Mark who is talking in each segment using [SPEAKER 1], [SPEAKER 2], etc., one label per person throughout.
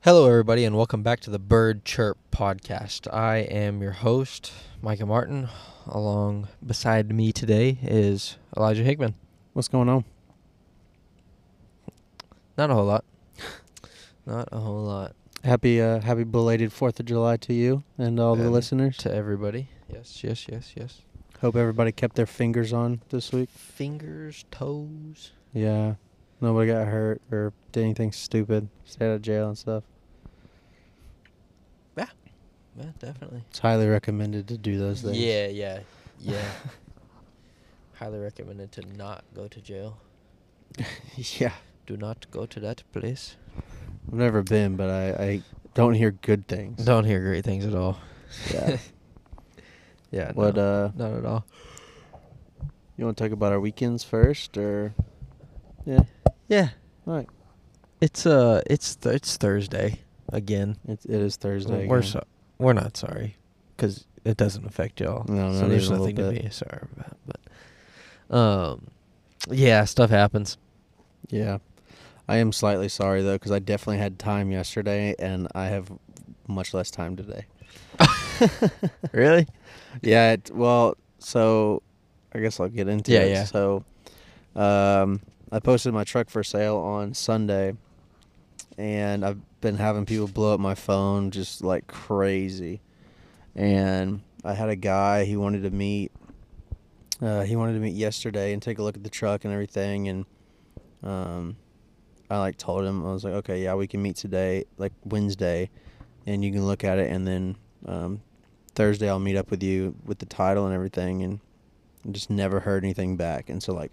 [SPEAKER 1] Hello, everybody, and welcome back to the Bird Chirp podcast. I am your host, Micah Martin. Along beside me today is Elijah Hickman.
[SPEAKER 2] What's going on?
[SPEAKER 1] Not a whole lot. Not a whole lot
[SPEAKER 2] Happy uh, happy belated Fourth of July to you and all the
[SPEAKER 1] And
[SPEAKER 2] listeners.
[SPEAKER 1] to everybody. Yes, yes, yes, yes.
[SPEAKER 2] Hope everybody kept their fingers on this week.
[SPEAKER 1] Fingers, toes.
[SPEAKER 2] Yeah, nobody got hurt or did anything stupid. Stayed out of jail and stuff.
[SPEAKER 1] Yeah, definitely.
[SPEAKER 2] It's highly recommended to do those things.
[SPEAKER 1] Yeah, yeah, yeah. Highly recommended to not go to jail.
[SPEAKER 2] yeah.
[SPEAKER 1] Do not go to that place.
[SPEAKER 2] I've never been, but I, I don't hear good things.
[SPEAKER 1] Don't hear great things at all.
[SPEAKER 2] Yeah.
[SPEAKER 1] Yeah.
[SPEAKER 2] What
[SPEAKER 1] no,
[SPEAKER 2] uh?
[SPEAKER 1] not at all.
[SPEAKER 2] You want to talk about our weekends first, or? Yeah.
[SPEAKER 1] Yeah.
[SPEAKER 2] All right.
[SPEAKER 1] It's uh, it's th- it's Thursday again.
[SPEAKER 2] It, it is Thursday.
[SPEAKER 1] We're
[SPEAKER 2] again.
[SPEAKER 1] so- we're not sorry because it doesn't affect y'all.
[SPEAKER 2] No,
[SPEAKER 1] so
[SPEAKER 2] not
[SPEAKER 1] there's
[SPEAKER 2] even a little
[SPEAKER 1] nothing to
[SPEAKER 2] bit.
[SPEAKER 1] be sorry about. But um, yeah, stuff happens.
[SPEAKER 2] Yeah. I am slightly sorry though cuz I definitely had time yesterday and I have much less time today.
[SPEAKER 1] really?
[SPEAKER 2] Yeah, it, well, so I guess I'll get into
[SPEAKER 1] Yeah,
[SPEAKER 2] it.
[SPEAKER 1] yeah.
[SPEAKER 2] So um I posted my truck for sale on Sunday and I've been having people blow up my phone just like crazy. And I had a guy he wanted to meet uh, he wanted to meet yesterday and take a look at the truck and everything and um I like told him I was like, okay, yeah, we can meet today, like Wednesday, and you can look at it, and then um, Thursday I'll meet up with you with the title and everything, and just never heard anything back, and so like,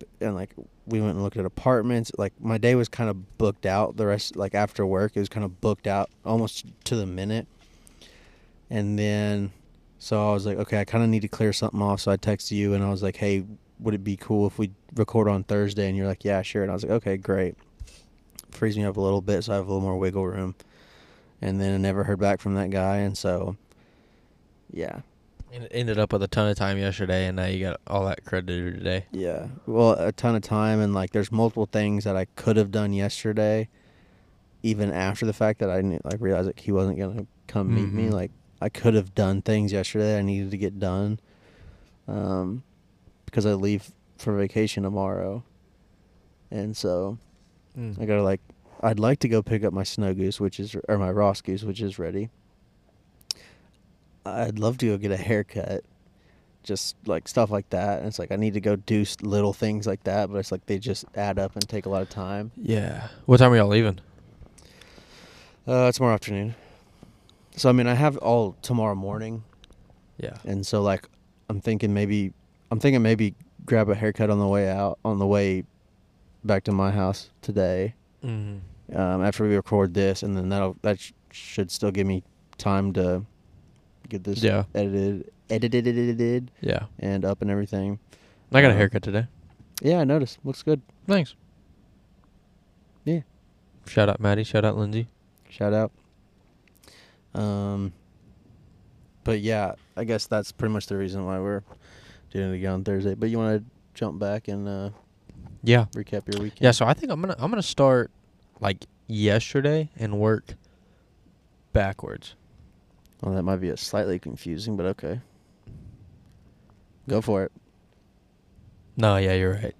[SPEAKER 2] b- and like we went and looked at apartments. Like my day was kind of booked out. The rest, like after work, it was kind of booked out almost to the minute, and then so I was like, okay, I kind of need to clear something off, so I texted you, and I was like, hey. Would it be cool if we record on Thursday? And you're like, yeah, sure. And I was like, okay, great frees me up a little bit so I have a little more wiggle room. And then I never heard back from that guy and so yeah.
[SPEAKER 1] And it ended up with a ton of time yesterday, and now you got all that credited today.
[SPEAKER 2] Yeah. Well, a ton of time and like there's multiple things that I could have done yesterday even after the fact that I didn't like realize like he wasn't going to come meet me
[SPEAKER 1] Mhm.
[SPEAKER 2] like I could have done things yesterday that I needed to get done. Um because I leave for vacation tomorrow. And so
[SPEAKER 1] Mm.
[SPEAKER 2] I gotta like, I'd like to go pick up my snow goose, which is or my Ross goose, which is ready. I'd love to go get a haircut, just like stuff like that. And it's like I need to go do s- little things like that, but it's like they just add up and take a lot of time.
[SPEAKER 1] Yeah. What time are y'all leaving?
[SPEAKER 2] Uh, tomorrow afternoon. So I mean, I have all tomorrow morning,
[SPEAKER 1] Yeah.
[SPEAKER 2] and so like, I'm thinking maybe, I'm thinking maybe grab a haircut on the way out, on the way back to my house today.
[SPEAKER 1] Mm-hmm.
[SPEAKER 2] um, after we record this, and then that'll that sh- should still give me time to get this
[SPEAKER 1] Yeah.
[SPEAKER 2] edited, edited, edited,
[SPEAKER 1] Yeah.
[SPEAKER 2] and up and everything.
[SPEAKER 1] I got a
[SPEAKER 2] Um,
[SPEAKER 1] haircut today.
[SPEAKER 2] Yeah, I noticed. Looks good.
[SPEAKER 1] Uh, Thanks.
[SPEAKER 2] Yeah.
[SPEAKER 1] Shout out Maddie. Shout out Lindsay.
[SPEAKER 2] Shout out. Um, but yeah, I guess that's pretty much the reason why we're doing it again on Thursday. But you want to jump back and uh,
[SPEAKER 1] Yeah.
[SPEAKER 2] recap your weekend?
[SPEAKER 1] Yeah, so I think I'm gonna I'm gonna start like yesterday and work backwards.
[SPEAKER 2] Well, that might be a slightly confusing, but okay. Go for it.
[SPEAKER 1] No, yeah, you're right.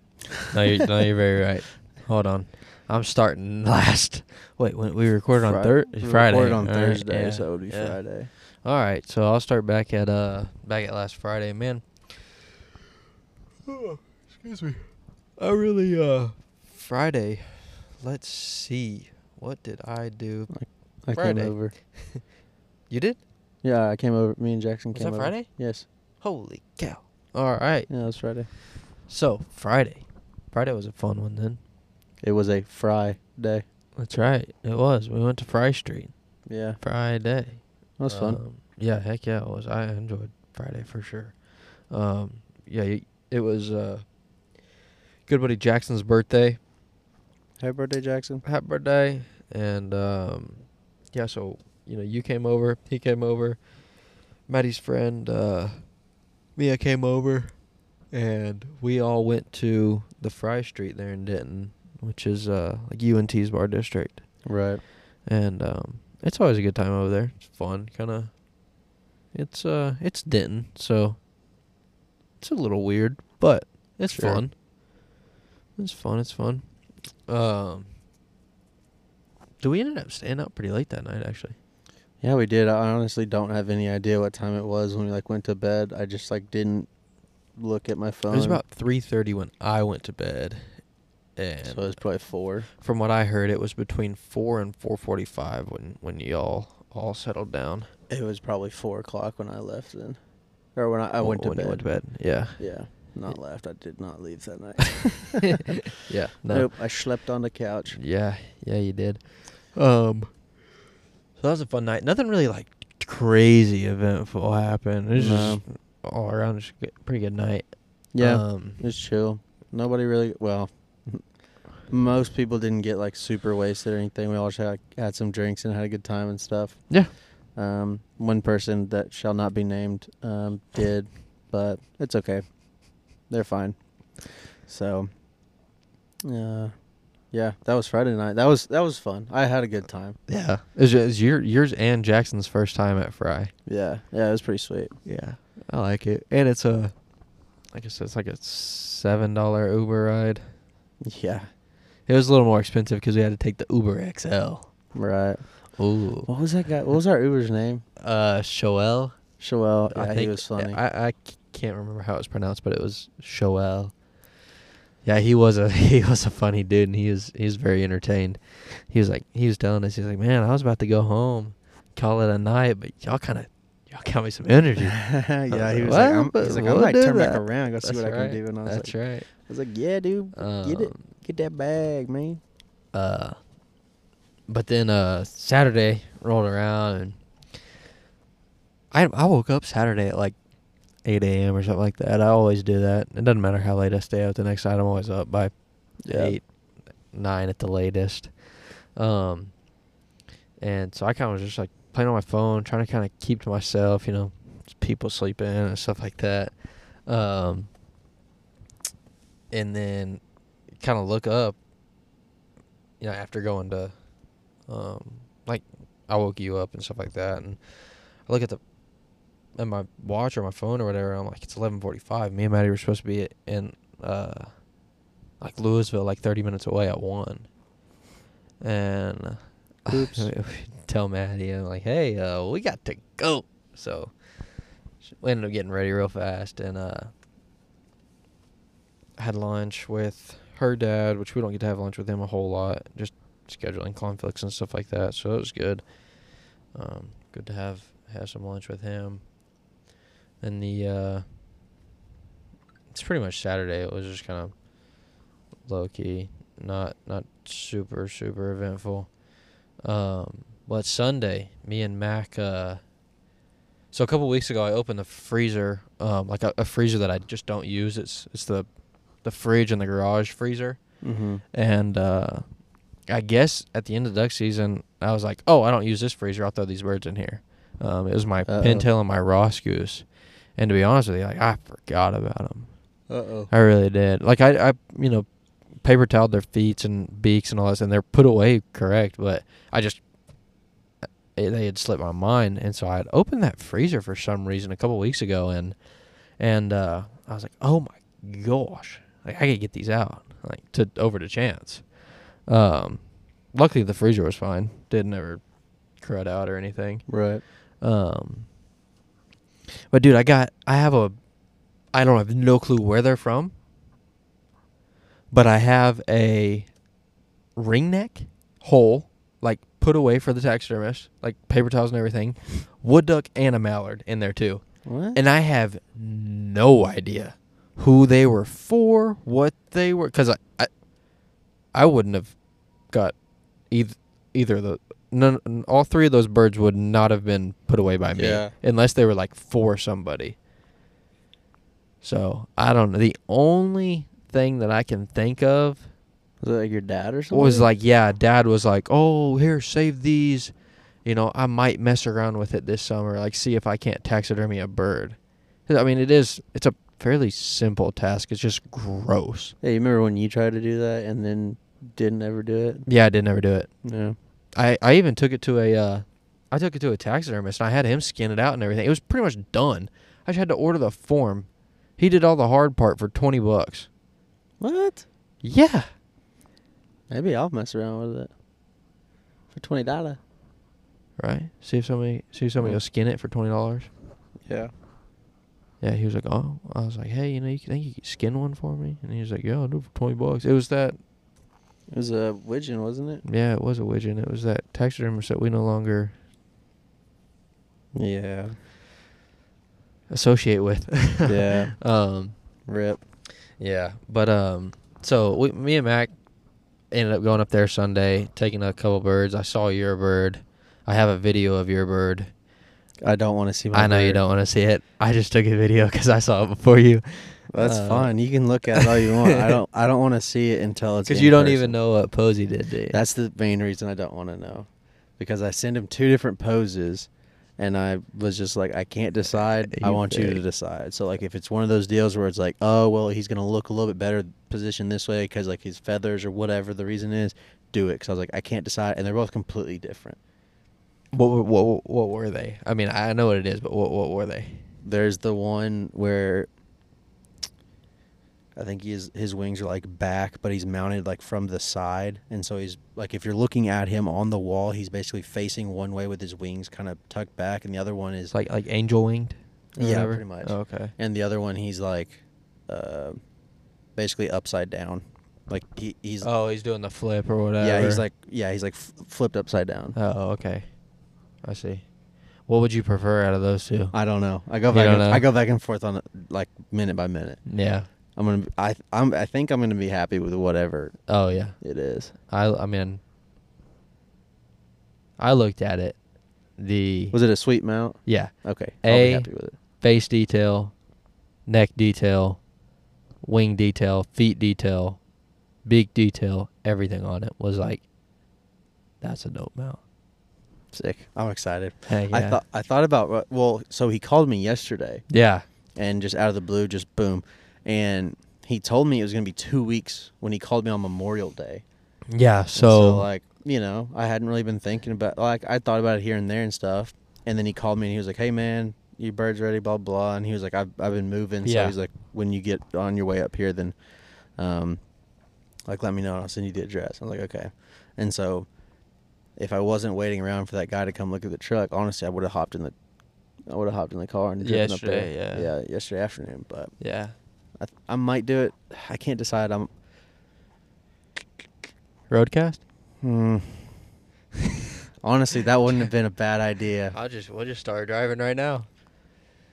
[SPEAKER 1] No, you're, no, you're very right. Hold on, I'm starting last. Wait, when we recorded on
[SPEAKER 2] Fri-
[SPEAKER 1] thir-
[SPEAKER 2] we
[SPEAKER 1] Friday.
[SPEAKER 2] recorded on
[SPEAKER 1] all right,
[SPEAKER 2] Thursday,
[SPEAKER 1] yeah,
[SPEAKER 2] so it would be
[SPEAKER 1] yeah.
[SPEAKER 2] Friday.
[SPEAKER 1] All right, so I'll start back at uh back at last Friday, man. excuse me. I really uh Friday. Let's see. What did I do?
[SPEAKER 2] I
[SPEAKER 1] Friday.
[SPEAKER 2] came over.
[SPEAKER 1] You did?
[SPEAKER 2] Yeah, I came over. Me and Jackson
[SPEAKER 1] Was that
[SPEAKER 2] came over.
[SPEAKER 1] Friday?
[SPEAKER 2] Yes.
[SPEAKER 1] Holy cow. All right.
[SPEAKER 2] Yeah, it was Friday.
[SPEAKER 1] So Friday, Friday was a fun one. Then
[SPEAKER 2] It was a Friday. day.
[SPEAKER 1] that's right, it was. We went to Fry Street
[SPEAKER 2] Yeah,
[SPEAKER 1] Friday.
[SPEAKER 2] that was fun.
[SPEAKER 1] Um, yeah, heck yeah, it was. I enjoyed Friday for sure. Um, yeah, y- it was uh, good buddy Jackson's birthday.
[SPEAKER 2] Happy birthday, Jackson.
[SPEAKER 1] Happy birthday! And um, yeah, so you know you came over, he came over, Maddie's friend uh, Mia came over, and we all went to the Fry Street there in Denton, which is uh, like UNT's bar district.
[SPEAKER 2] Right.
[SPEAKER 1] and um, it's always a good time over there. It's fun, kind of. It's uh, it's Denton, so it's a little weird, but it's
[SPEAKER 2] Sure.
[SPEAKER 1] fun. It's fun. It's fun. Um, do we ended up staying out pretty late that night? Actually,
[SPEAKER 2] Yeah, we did. I honestly don't have any idea what time it was when we like went to bed. I just like didn't look at my phone.
[SPEAKER 1] it was about three thirty when I went to bed, and
[SPEAKER 2] so it was probably four.
[SPEAKER 1] from what I heard, it was between four and four forty-five when when y'all all settled down.
[SPEAKER 2] It was probably four o'clock when I left then, or when I, I
[SPEAKER 1] Wh-
[SPEAKER 2] went, to
[SPEAKER 1] when you
[SPEAKER 2] bed.
[SPEAKER 1] went to bed. Yeah,
[SPEAKER 2] Yeah, not left. I did not leave that night.
[SPEAKER 1] yeah, no,
[SPEAKER 2] Nope. I slept on the couch.
[SPEAKER 1] yeah, yeah, you did. Um, so that was a fun night. Nothing really like crazy eventful happened. It was just all around just good, pretty good night.
[SPEAKER 2] Yeah,
[SPEAKER 1] Um,
[SPEAKER 2] it was chill. Nobody really. Well, most people didn't get like super wasted or anything. We all just had, had some drinks and had a good time and stuff.
[SPEAKER 1] yeah.
[SPEAKER 2] Um, one person that shall not be named um, did, but it's okay. They're fine. So, uh, yeah, that was Friday night. That was that was fun. I had a good time.
[SPEAKER 1] Yeah, it was, it was your yours and Jackson's first time at Fry.
[SPEAKER 2] Yeah, yeah, it was pretty sweet.
[SPEAKER 1] Yeah, I like it, and it's a, like I said, it's like a seven dollar Uber ride.
[SPEAKER 2] Yeah,
[SPEAKER 1] It was a little more expensive because we had to take the Uber XL.
[SPEAKER 2] right.
[SPEAKER 1] Ooh.
[SPEAKER 2] What was that guy? What was our Uber's name?
[SPEAKER 1] Uh, Shoel.
[SPEAKER 2] Shoel. Oh, Yeah, he was funny.
[SPEAKER 1] I, I c- can't remember how it was pronounced, but it was Shoel. Yeah, he was a he was a funny dude, and he was he was very entertained. He was like he was telling us he was like, man, I was about to go home, call it a night, but y'all kind of y'all got me some energy.
[SPEAKER 2] yeah, he was
[SPEAKER 1] I was like,
[SPEAKER 2] like, I'm,
[SPEAKER 1] "Well,
[SPEAKER 2] he's like,
[SPEAKER 1] but
[SPEAKER 2] I'm
[SPEAKER 1] we'll
[SPEAKER 2] like,
[SPEAKER 1] do
[SPEAKER 2] turn back
[SPEAKER 1] that."
[SPEAKER 2] around, go see
[SPEAKER 1] That's
[SPEAKER 2] what I
[SPEAKER 1] right.
[SPEAKER 2] can do. And I was
[SPEAKER 1] That's
[SPEAKER 2] like,
[SPEAKER 1] right.
[SPEAKER 2] I was like, yeah, dude, get it,
[SPEAKER 1] Um,
[SPEAKER 2] get that bag, man.
[SPEAKER 1] uh but then uh Saturday rolled around and I I woke up Saturday at like eight AM or something like that. I always do that. It doesn't matter how late I stay up the next night, I'm always up by
[SPEAKER 2] Yeah.
[SPEAKER 1] eight, nine at the latest. Um and so I kinda was just like playing on my phone, trying to kinda keep to myself, you know, people sleeping and stuff like that. Um and then kind of look up you know, after going to, um, like, I woke you up and stuff like that, and I look at the, at my watch or my phone or whatever, and I'm like, it's 11:45. Me and Maddie were supposed to be at- in, uh, like Louisville, like 30 minutes away at one, and uh,
[SPEAKER 2] Oops.
[SPEAKER 1] we tell Maddie, I'm like, hey, uh, we got to go, so sh- we ended up getting ready real fast, and uh, had lunch with her dad, which we don't get to have lunch with him a whole lot, just scheduling conflicts and stuff like that. So it was good. Um, good to have have some lunch with him. And the uh, it's pretty much Saturday. It was just kind of low key, not not super super eventful. Um, but Sunday, me and Mac. Uh, so a couple weeks ago, I opened the freezer, um, like a, a freezer that I just don't use. It's it's the the fridge and the garage freezer.
[SPEAKER 2] Mm-hmm.
[SPEAKER 1] And uh, I guess at the end of duck season, I was like, oh, I don't use this freezer. I'll throw these birds in here. Um, it was my
[SPEAKER 2] Uh-oh.
[SPEAKER 1] pintail and my Ross goose. And to be honest with you, like I forgot about them.
[SPEAKER 2] Uh oh.
[SPEAKER 1] I really did. Like I, I you know, paper toweled their feet and beaks and all this, and they're put away correct. But I just it, they had slipped my mind, and so I had opened that freezer for some reason a couple weeks ago, and and uh, I was like, oh my gosh, like I could get these out like to over to chance. Um, luckily the freezer was fine, didn't ever crud out or anything.
[SPEAKER 2] Right.
[SPEAKER 1] Um, but dude, I got I have a I don't have no clue where they're from, but I have a ring neck hole like put away for the taxidermist, like paper towels and everything, wood duck and a mallard in there too,
[SPEAKER 2] What?
[SPEAKER 1] and I have no idea who they were for, what they were, because I, I I wouldn't have got either either of the none n- all three of those birds would not have been put away by me
[SPEAKER 2] Yeah.
[SPEAKER 1] unless they were like for somebody. So I don't know. The only thing that I can think of
[SPEAKER 2] was it like your dad or something?
[SPEAKER 1] was like, yeah, dad was like, oh, here, save these. You know, I might mess around with it this summer. Like, see if I can't taxidermy a bird. 'Cause, I mean, it is, it's a fairly simple task. It's just gross.
[SPEAKER 2] Hey, you remember when you tried to do that and then didn't ever do it?
[SPEAKER 1] Yeah, I didn't ever do it.
[SPEAKER 2] No.
[SPEAKER 1] I I even took it to a uh, I took it to a taxidermist and I had him skin it out and everything. It was pretty much done. I just had to order the form. He did all the hard part for twenty bucks.
[SPEAKER 2] What?
[SPEAKER 1] Yeah,
[SPEAKER 2] Maybe I'll mess around with it for twenty dollar.
[SPEAKER 1] right. See if somebody see if somebody
[SPEAKER 2] Mm.
[SPEAKER 1] will skin it for twenty dollars.
[SPEAKER 2] Yeah.
[SPEAKER 1] Yeah, he was like, oh. I was like, hey, you know, you think you could skin one for me? And he was like, yeah, I'll do it for twenty bucks. It was that
[SPEAKER 2] It was a widgeon, wasn't it?
[SPEAKER 1] Yeah, it was a widgeon. It was that taxidermist that we no longer
[SPEAKER 2] Yeah.
[SPEAKER 1] associate with.
[SPEAKER 2] Yeah.
[SPEAKER 1] um.
[SPEAKER 2] Rip.
[SPEAKER 1] Yeah. But um. So we, me and Mac, ended up going up there Sunday, taking a couple birds. I saw your bird. I have a video of your bird.
[SPEAKER 2] I don't want to see my.
[SPEAKER 1] I know you
[SPEAKER 2] bird.
[SPEAKER 1] don't want to see it. I just took a video because I saw it before you.
[SPEAKER 2] That's
[SPEAKER 1] Uh,
[SPEAKER 2] fine. You can look at it all you want. I don't. I don't want to see it until it's.
[SPEAKER 1] Because
[SPEAKER 2] in
[SPEAKER 1] you don't
[SPEAKER 2] person.
[SPEAKER 1] even know what pose he did, do you?
[SPEAKER 2] That's the main reason I don't want to know, because I send him two different poses, and I was just like, I can't decide. I
[SPEAKER 1] You
[SPEAKER 2] want you to
[SPEAKER 1] pig.
[SPEAKER 2] decide. So like, if it's one of those deals where it's like, oh well, he's gonna look a little bit better positioned this way because like his feathers or whatever the reason is, do it. Because I was like, I can't decide, and they're both completely different.
[SPEAKER 1] What, were- what what what were they? I mean, I know what it is, but what what were they?
[SPEAKER 2] There's the one where. I think his his wings are like back, but he's mounted like from the side, and so he's like if you're looking at him on the wall, he's basically facing one way with his wings kind of tucked back, and the other one is
[SPEAKER 1] It's like like angel winged. or
[SPEAKER 2] Yeah,
[SPEAKER 1] whatever? Oh,
[SPEAKER 2] pretty much.
[SPEAKER 1] okay.
[SPEAKER 2] and the other one he's like, uh, basically upside down, like he, he's
[SPEAKER 1] Oh, he's doing the flip or whatever.
[SPEAKER 2] yeah he's like yeah he's like f- flipped upside down.
[SPEAKER 1] Oh, okay. I see. What would you prefer out of those two?
[SPEAKER 2] I don't know. I go
[SPEAKER 1] You
[SPEAKER 2] back.
[SPEAKER 1] don't
[SPEAKER 2] And,
[SPEAKER 1] know?
[SPEAKER 2] I go back and forth on it like minute by minute.
[SPEAKER 1] Yeah.
[SPEAKER 2] I'm gonna. be- I I'm. I think I'm gonna be happy with whatever
[SPEAKER 1] Oh yeah.
[SPEAKER 2] it is.
[SPEAKER 1] I I mean I looked at it. The
[SPEAKER 2] Was it a sweet mount?
[SPEAKER 1] yeah,
[SPEAKER 2] Okay.
[SPEAKER 1] A-
[SPEAKER 2] I'll be happy with it.
[SPEAKER 1] face detail, neck detail, wing detail, feet detail, beak detail, everything on it was like that's a dope mount.
[SPEAKER 2] Sick. I'm excited.
[SPEAKER 1] Heck
[SPEAKER 2] I
[SPEAKER 1] yeah.
[SPEAKER 2] thought I thought about uh, well, so he called me yesterday
[SPEAKER 1] Yeah.
[SPEAKER 2] and just out of the blue, just boom, and he told me it was gonna be two weeks when he called me on Memorial Day.
[SPEAKER 1] Yeah,
[SPEAKER 2] And
[SPEAKER 1] so,
[SPEAKER 2] like you know, I hadn't really been thinking about like I thought about it here and there and stuff, and then he called me and he was like, "Hey man, your bird's ready," blah blah, and he was like, "I've I've been moving," so
[SPEAKER 1] Yeah.
[SPEAKER 2] he's like, "When you get on your way up here, then, um, like let me know and I'll send you the address." I'm like, "Okay," and so if I wasn't waiting around for that guy to come look at the truck, honestly, I would have hopped in the. I would have hopped in the car and driven
[SPEAKER 1] Yesterday,
[SPEAKER 2] up there.
[SPEAKER 1] yeah.
[SPEAKER 2] yeah, yesterday afternoon. But
[SPEAKER 1] yeah.
[SPEAKER 2] I, th- I might do it. I can't decide. I'm.
[SPEAKER 1] Roadcast?
[SPEAKER 2] Hmm. Honestly, that wouldn't have been a bad idea.
[SPEAKER 1] I'll just we'll just start driving right now.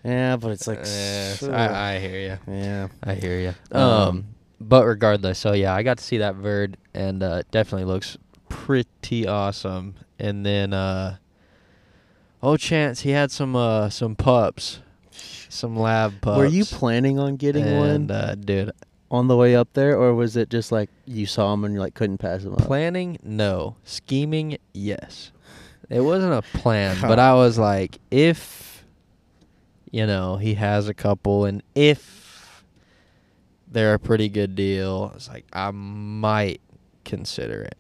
[SPEAKER 2] Yeah, but it's like.
[SPEAKER 1] Yes,
[SPEAKER 2] so-
[SPEAKER 1] I, I hear you.
[SPEAKER 2] yeah.
[SPEAKER 1] I hear you. Um,
[SPEAKER 2] Um,
[SPEAKER 1] but regardless, so yeah, I got to see that bird, and uh, it definitely looks pretty awesome. And then, uh, oh chance, he had some uh, some pups, some lab pups.
[SPEAKER 2] Were you planning on getting
[SPEAKER 1] and,
[SPEAKER 2] one
[SPEAKER 1] uh, dude?
[SPEAKER 2] on the way up there, or was it just like you saw him and you like couldn't pass him up?
[SPEAKER 1] Planning? No. Scheming? Yes. It wasn't a plan, but I was like, if you know he has a couple, and if they're a pretty good deal, I was like, I might consider it.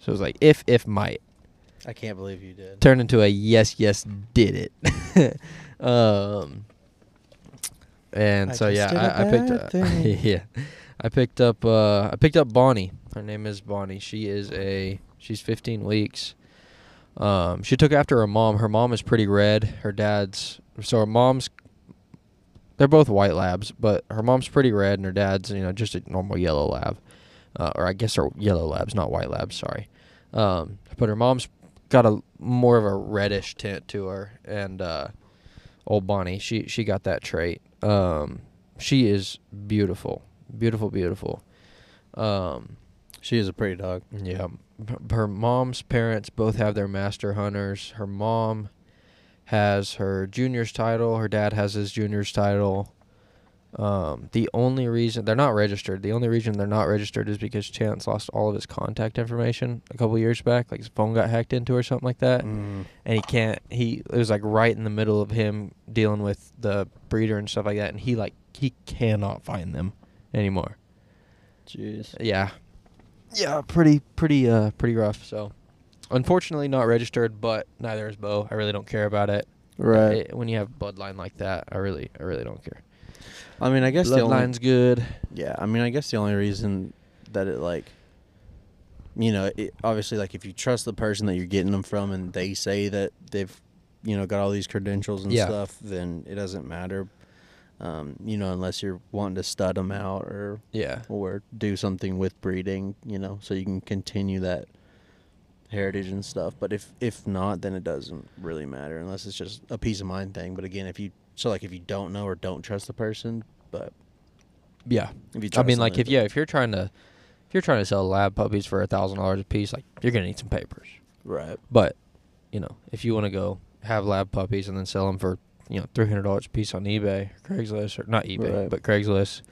[SPEAKER 1] So it was like, if if might
[SPEAKER 2] I can't believe you did.
[SPEAKER 1] turned into a yes yes did it. um, and
[SPEAKER 2] I
[SPEAKER 1] so yeah,
[SPEAKER 2] just did a
[SPEAKER 1] I, I picked
[SPEAKER 2] bad
[SPEAKER 1] up.
[SPEAKER 2] thing.
[SPEAKER 1] yeah, I picked up. Uh, I picked up Bonnie. Her name is Bonnie. She is a. She's 15 weeks. Um, she took after her mom. Her mom is pretty red. Her dad's so her mom's. They're both white labs, but her mom's pretty red, and her dad's you know just a normal yellow lab, uh, or I guess they're yellow labs, not white labs. Sorry, um, but her mom's got a more of a reddish tint to her, and uh, old Bonnie, she she got that trait. Um, she is beautiful, beautiful, beautiful. Um,
[SPEAKER 2] She is a pretty dog.
[SPEAKER 1] yeah. B- Her mom's parents both have their master hunters. Her mom has her junior's title. Her dad has his junior's title. Um, the only reason they're not registered, the only reason they're not registered is because Chance lost all of his contact information a couple years back. Like his phone got hacked into or something like that
[SPEAKER 2] Mm.
[SPEAKER 1] and he can't he it was like right in the middle of him dealing with the breeder and stuff like that and he like he cannot find them anymore
[SPEAKER 2] Jeez.
[SPEAKER 1] yeah yeah pretty pretty uh pretty rough so Unfortunately, not registered, but neither is Bo. I really don't care about it.
[SPEAKER 2] Right.
[SPEAKER 1] It- when you have bloodline like that, I really, I really don't care.
[SPEAKER 2] I mean, I guess the only
[SPEAKER 1] Bloodline's good.
[SPEAKER 2] yeah. I mean, I guess the only reason that it like, you know, it, obviously, like if you trust the person that you're getting them from, and they say that they've, you know, got all these credentials and
[SPEAKER 1] Yeah.
[SPEAKER 2] stuff, then it doesn't matter. Um, you know, unless you're wanting to stud them out or
[SPEAKER 1] Yeah.
[SPEAKER 2] or do something with breeding, you know, so you can continue that heritage and stuff. But if if not, then it doesn't really matter unless it's just a peace of mind thing. But again, if you so like if you don't know or don't trust the person, but
[SPEAKER 1] Yeah.
[SPEAKER 2] if you
[SPEAKER 1] I
[SPEAKER 2] trust
[SPEAKER 1] mean,
[SPEAKER 2] them,
[SPEAKER 1] like
[SPEAKER 2] then
[SPEAKER 1] if yeah, if you're trying to, if you're trying to sell lab puppies for a thousand dollars a piece, like you're gonna need some papers.
[SPEAKER 2] right,
[SPEAKER 1] But, you know, if you want to go have lab puppies and then sell them for you know three hundred dollars a piece on eBay, Craigslist, or not eBay,
[SPEAKER 2] Right.
[SPEAKER 1] but Craigslist,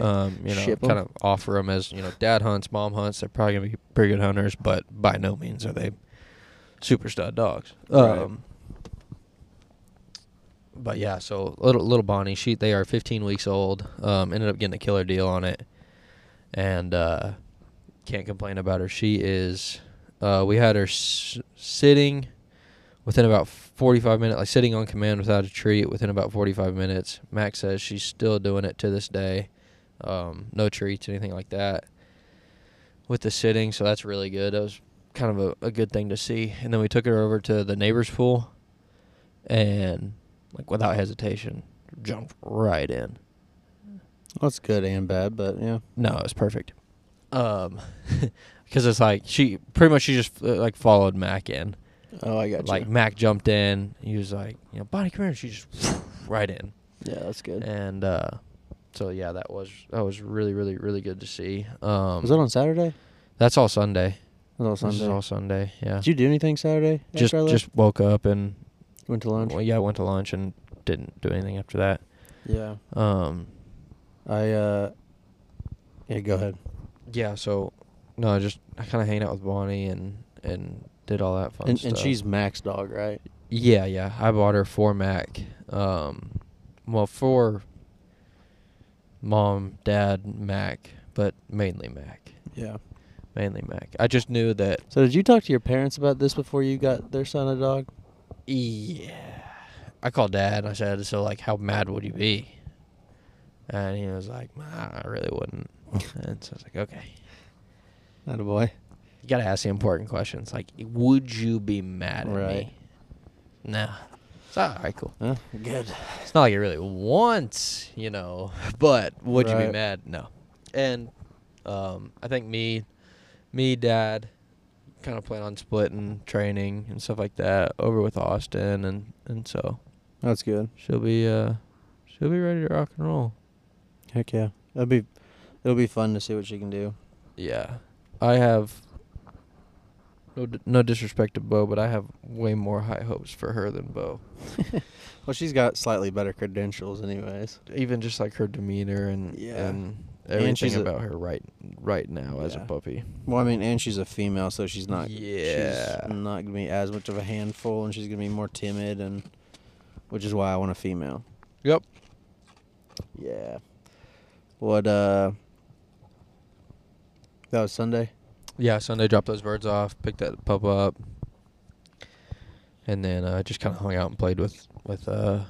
[SPEAKER 1] um, you know,
[SPEAKER 2] Ship 'em.
[SPEAKER 1] kind of offer them as you know, dad hunts, mom hunts. They're probably gonna be pretty good hunters, but by no means are they super stud dogs.
[SPEAKER 2] Right.
[SPEAKER 1] Um, but yeah, so little little Bonnie, she they are 15 weeks old. Um, ended up getting a killer deal on it, and uh, can't complain about her. She is. Uh, we had her s- sitting within about 45 minutes, like sitting on command without a treat within about 45 minutes. Max says she's still doing it to this day. Um, no treats, anything like that with the sitting, so that's really good. That was kind of a, a good thing to see. And then we took her over to the neighbor's pool and like without hesitation, jumped right in.
[SPEAKER 2] well, it's good and bad, but yeah,
[SPEAKER 1] No, it was perfect. Um, because it's like she pretty much she just uh, like followed Mac in.
[SPEAKER 2] oh, I got
[SPEAKER 1] Like Mac jumped in, he was like, you know, Bonnie, come here. and She just right in,
[SPEAKER 2] yeah, that's good.
[SPEAKER 1] and uh, so yeah, that was that was really really really good to see. Um,
[SPEAKER 2] was that on Saturday?
[SPEAKER 1] that's all Sunday.
[SPEAKER 2] Was that on
[SPEAKER 1] This is
[SPEAKER 2] Sunday?
[SPEAKER 1] all Sunday. Yeah.
[SPEAKER 2] Did you do anything Saturday?
[SPEAKER 1] just
[SPEAKER 2] after I left?
[SPEAKER 1] just woke up and
[SPEAKER 2] went to lunch.
[SPEAKER 1] Well, yeah, I went to lunch and didn't do anything after that.
[SPEAKER 2] yeah,
[SPEAKER 1] Um,
[SPEAKER 2] I uh, yeah, go ahead.
[SPEAKER 1] yeah, so no, I just I kind of hanged out with Bonnie and and did all that fun
[SPEAKER 2] And,
[SPEAKER 1] stuff.
[SPEAKER 2] and she's Max dog, right?
[SPEAKER 1] yeah, yeah. I bought her for Mac. Um, well, for mom, dad, Mac, but mainly Mac,
[SPEAKER 2] Yeah.
[SPEAKER 1] mainly Mac. I just knew that.
[SPEAKER 2] So did you talk to your parents about this before you got their son a dog?
[SPEAKER 1] Yeah, I called dad and I said, so like, how mad would you be? And he was like, nah, I really wouldn't. and so I was like, okay.
[SPEAKER 2] Not a boy.
[SPEAKER 1] You gotta ask the important questions. Like, would you be mad at
[SPEAKER 2] Right.
[SPEAKER 1] me? No. It's all right, cool.
[SPEAKER 2] Huh? Good.
[SPEAKER 1] It's not like it really wants, you know. But would you be
[SPEAKER 2] Right.
[SPEAKER 1] mad? No. And um, I think me, me, dad, kind of plan on splitting training and stuff like that over with Austin, and and so
[SPEAKER 2] That's good.
[SPEAKER 1] she'll be uh, she'll be ready to rock and roll.
[SPEAKER 2] Heck yeah. That'd be it'll be fun to see what she can do.
[SPEAKER 1] Yeah, I have no d- no disrespect to Bo, but I have way more high hopes for her than Bo.
[SPEAKER 2] Well, she's got slightly better credentials anyways.
[SPEAKER 1] Even just like her demeanor and
[SPEAKER 2] Yeah.
[SPEAKER 1] and everything
[SPEAKER 2] she's a-
[SPEAKER 1] about her right right now as a
[SPEAKER 2] Yeah.
[SPEAKER 1] puppy.
[SPEAKER 2] Well, I mean, and she's a female, so she's not
[SPEAKER 1] Yeah.
[SPEAKER 2] she's not gonna be as much of a handful and she's gonna be more timid and which is why I want a female.
[SPEAKER 1] Yep.
[SPEAKER 2] Yeah. What uh that was Sunday?
[SPEAKER 1] Yeah, Sunday dropped those birds off, picked that pup up, and then uh, just kind of hung out and played with with uh,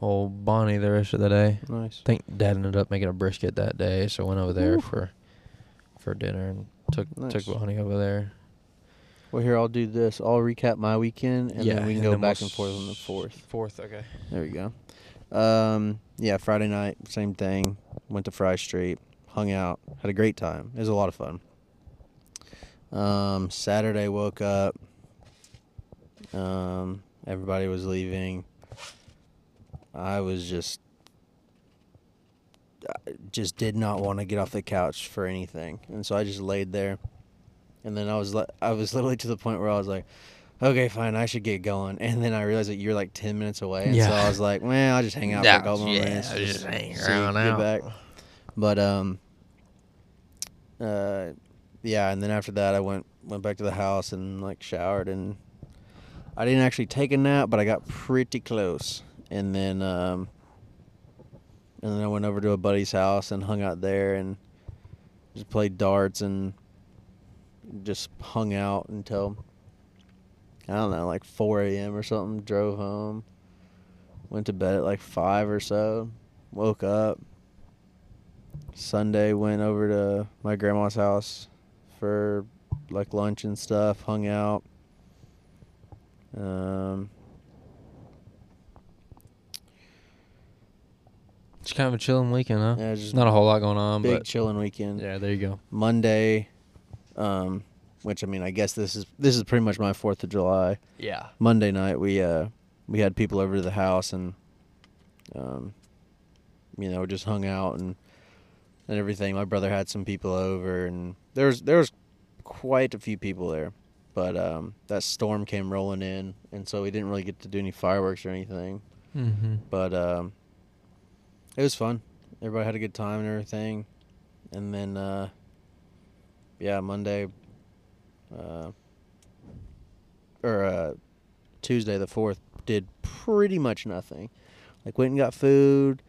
[SPEAKER 1] old Bonnie the rest of the day.
[SPEAKER 2] Nice.
[SPEAKER 1] I think Dad ended up making a brisket that day, so went over there for for dinner and took
[SPEAKER 2] Nice.
[SPEAKER 1] took Bonnie over there.
[SPEAKER 2] Well, here I'll do this. I'll recap my weekend, and then we can go
[SPEAKER 1] we'll
[SPEAKER 2] back and forth on the
[SPEAKER 1] s-
[SPEAKER 2] fourth.
[SPEAKER 1] Fourth, okay.
[SPEAKER 2] There we go. Um, yeah, Friday night, same thing. Went to Fry Street, hung out, had a great time. It was a lot of fun. Um, Saturday woke up. Um, everybody was leaving. I was just I just did not want to get off the couch for anything, and so I just laid there. And then I was li- I was literally to the point where I was like, okay, fine, I should get going. And then I realized that you're like ten minutes away, and so
[SPEAKER 1] Yeah.
[SPEAKER 2] I was like, well, I'll just hang out
[SPEAKER 1] Yeah,
[SPEAKER 2] for a couple
[SPEAKER 1] yeah,
[SPEAKER 2] more minutes,
[SPEAKER 1] just hang
[SPEAKER 2] so you
[SPEAKER 1] around
[SPEAKER 2] can get
[SPEAKER 1] out.
[SPEAKER 2] But um, uh, yeah, and then after that, I went went back to the house and like showered, and I didn't actually take a nap, but I got pretty close, and then um, and then I went over to a buddy's house and hung out there and just played darts and just hung out until I don't know, like 4 a.m. or something. Drove home, went to bed at like five or so. Woke up. Sunday went over to my grandma's house for like lunch and stuff. Hung out. Um,
[SPEAKER 1] It's kind of a chilling weekend, huh?
[SPEAKER 2] yeah, just
[SPEAKER 1] Not a whole lot going on,
[SPEAKER 2] big
[SPEAKER 1] but
[SPEAKER 2] chilling weekend.
[SPEAKER 1] yeah, there you go.
[SPEAKER 2] Monday, um, which I mean, I guess this is this is pretty much my Fourth of July.
[SPEAKER 1] Yeah.
[SPEAKER 2] Monday night we uh we had people over to the house and um you know just hung out and and everything. My brother had some people over and there was there was quite a few people there, but um that storm came rolling in and so we didn't really get to do any fireworks or anything.
[SPEAKER 1] Mm-hmm.
[SPEAKER 2] But um it was fun. Everybody had a good time and everything. And then uh yeah, Monday uh or uh Tuesday the 4th did pretty much nothing. Like went and got food,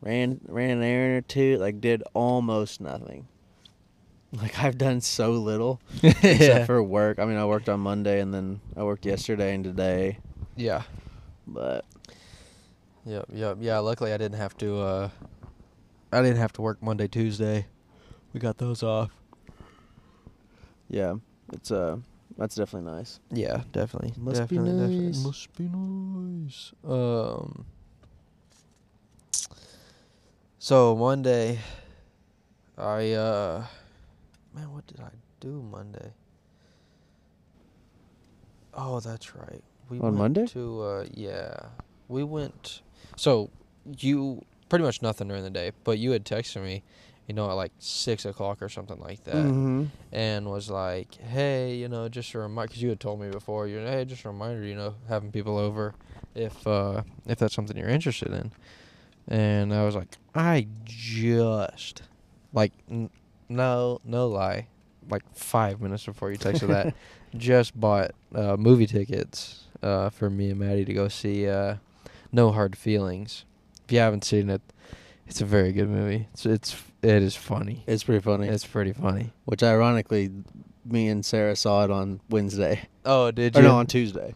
[SPEAKER 2] ran ran an errand or two, like did almost nothing. Like I've done so little except for work. I mean, I worked on Monday and then I worked yesterday and today,
[SPEAKER 1] yeah.
[SPEAKER 2] but
[SPEAKER 1] Yep, yep, yeah. Luckily, I didn't have to. uh I didn't have to work Monday, Tuesday. We got those off.
[SPEAKER 2] yeah, it's uh that's definitely nice.
[SPEAKER 1] Yeah, definitely.
[SPEAKER 2] Must be
[SPEAKER 1] definitely, definitely.
[SPEAKER 2] nice.
[SPEAKER 1] Must be nice. Um. So Monday, I uh, man, what did I do Monday? Oh, that's right. We
[SPEAKER 2] On
[SPEAKER 1] went
[SPEAKER 2] Monday?
[SPEAKER 1] to uh, yeah, we went. So you pretty much nothing during the day, but you had texted me, you know, at like six o'clock or something like that.
[SPEAKER 2] Mm-hmm.
[SPEAKER 1] and was like, "Hey, you know, just a reminder, because you had told me before, you know, hey, just a reminder, you know, having people over, if uh, if that's something you're interested in." And I was like, "I just, like, n- no, no lie, like five minutes before you texted that, just bought uh, movie tickets uh, for me and Maddie to go see uh, No Hard Feelings. If you haven't seen it, it's a very good movie. It's it's it is funny.
[SPEAKER 2] It's pretty funny.
[SPEAKER 1] It's pretty funny.
[SPEAKER 2] Which ironically, me and Sarah saw it on Wednesday.
[SPEAKER 1] Oh, did
[SPEAKER 2] Or
[SPEAKER 1] you?
[SPEAKER 2] no, on Tuesday.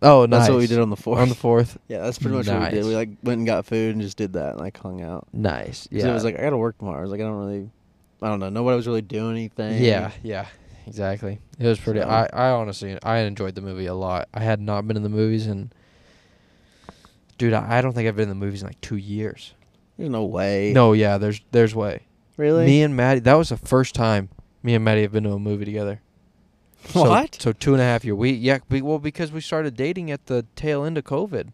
[SPEAKER 1] oh,
[SPEAKER 2] That's what we
[SPEAKER 1] nice.
[SPEAKER 2] did on the fourth.
[SPEAKER 1] on the fourth.
[SPEAKER 2] yeah, that's pretty much what we did. We
[SPEAKER 1] Nice.
[SPEAKER 2] like went and got food and just did that and like hung out.
[SPEAKER 1] Nice.
[SPEAKER 2] 'Cause
[SPEAKER 1] Yeah.
[SPEAKER 2] It was like I gotta work tomorrow. I was like I don't really, I don't know. Nobody was really doing anything.
[SPEAKER 1] yeah, yeah, exactly. It was pretty.
[SPEAKER 2] So-
[SPEAKER 1] I, I honestly, I enjoyed the movie a lot. I had not been in the movies and. Dude, I I don't think I've been in the movies in like two years.
[SPEAKER 2] There's no way.
[SPEAKER 1] No, yeah, there's there's way.
[SPEAKER 2] Really.
[SPEAKER 1] Me and Maddie, that was the first time me and Maddie have been to a movie together. So-
[SPEAKER 2] what?
[SPEAKER 1] So, two and a half year. We yeah, be, well because we started dating at the tail end of COVID.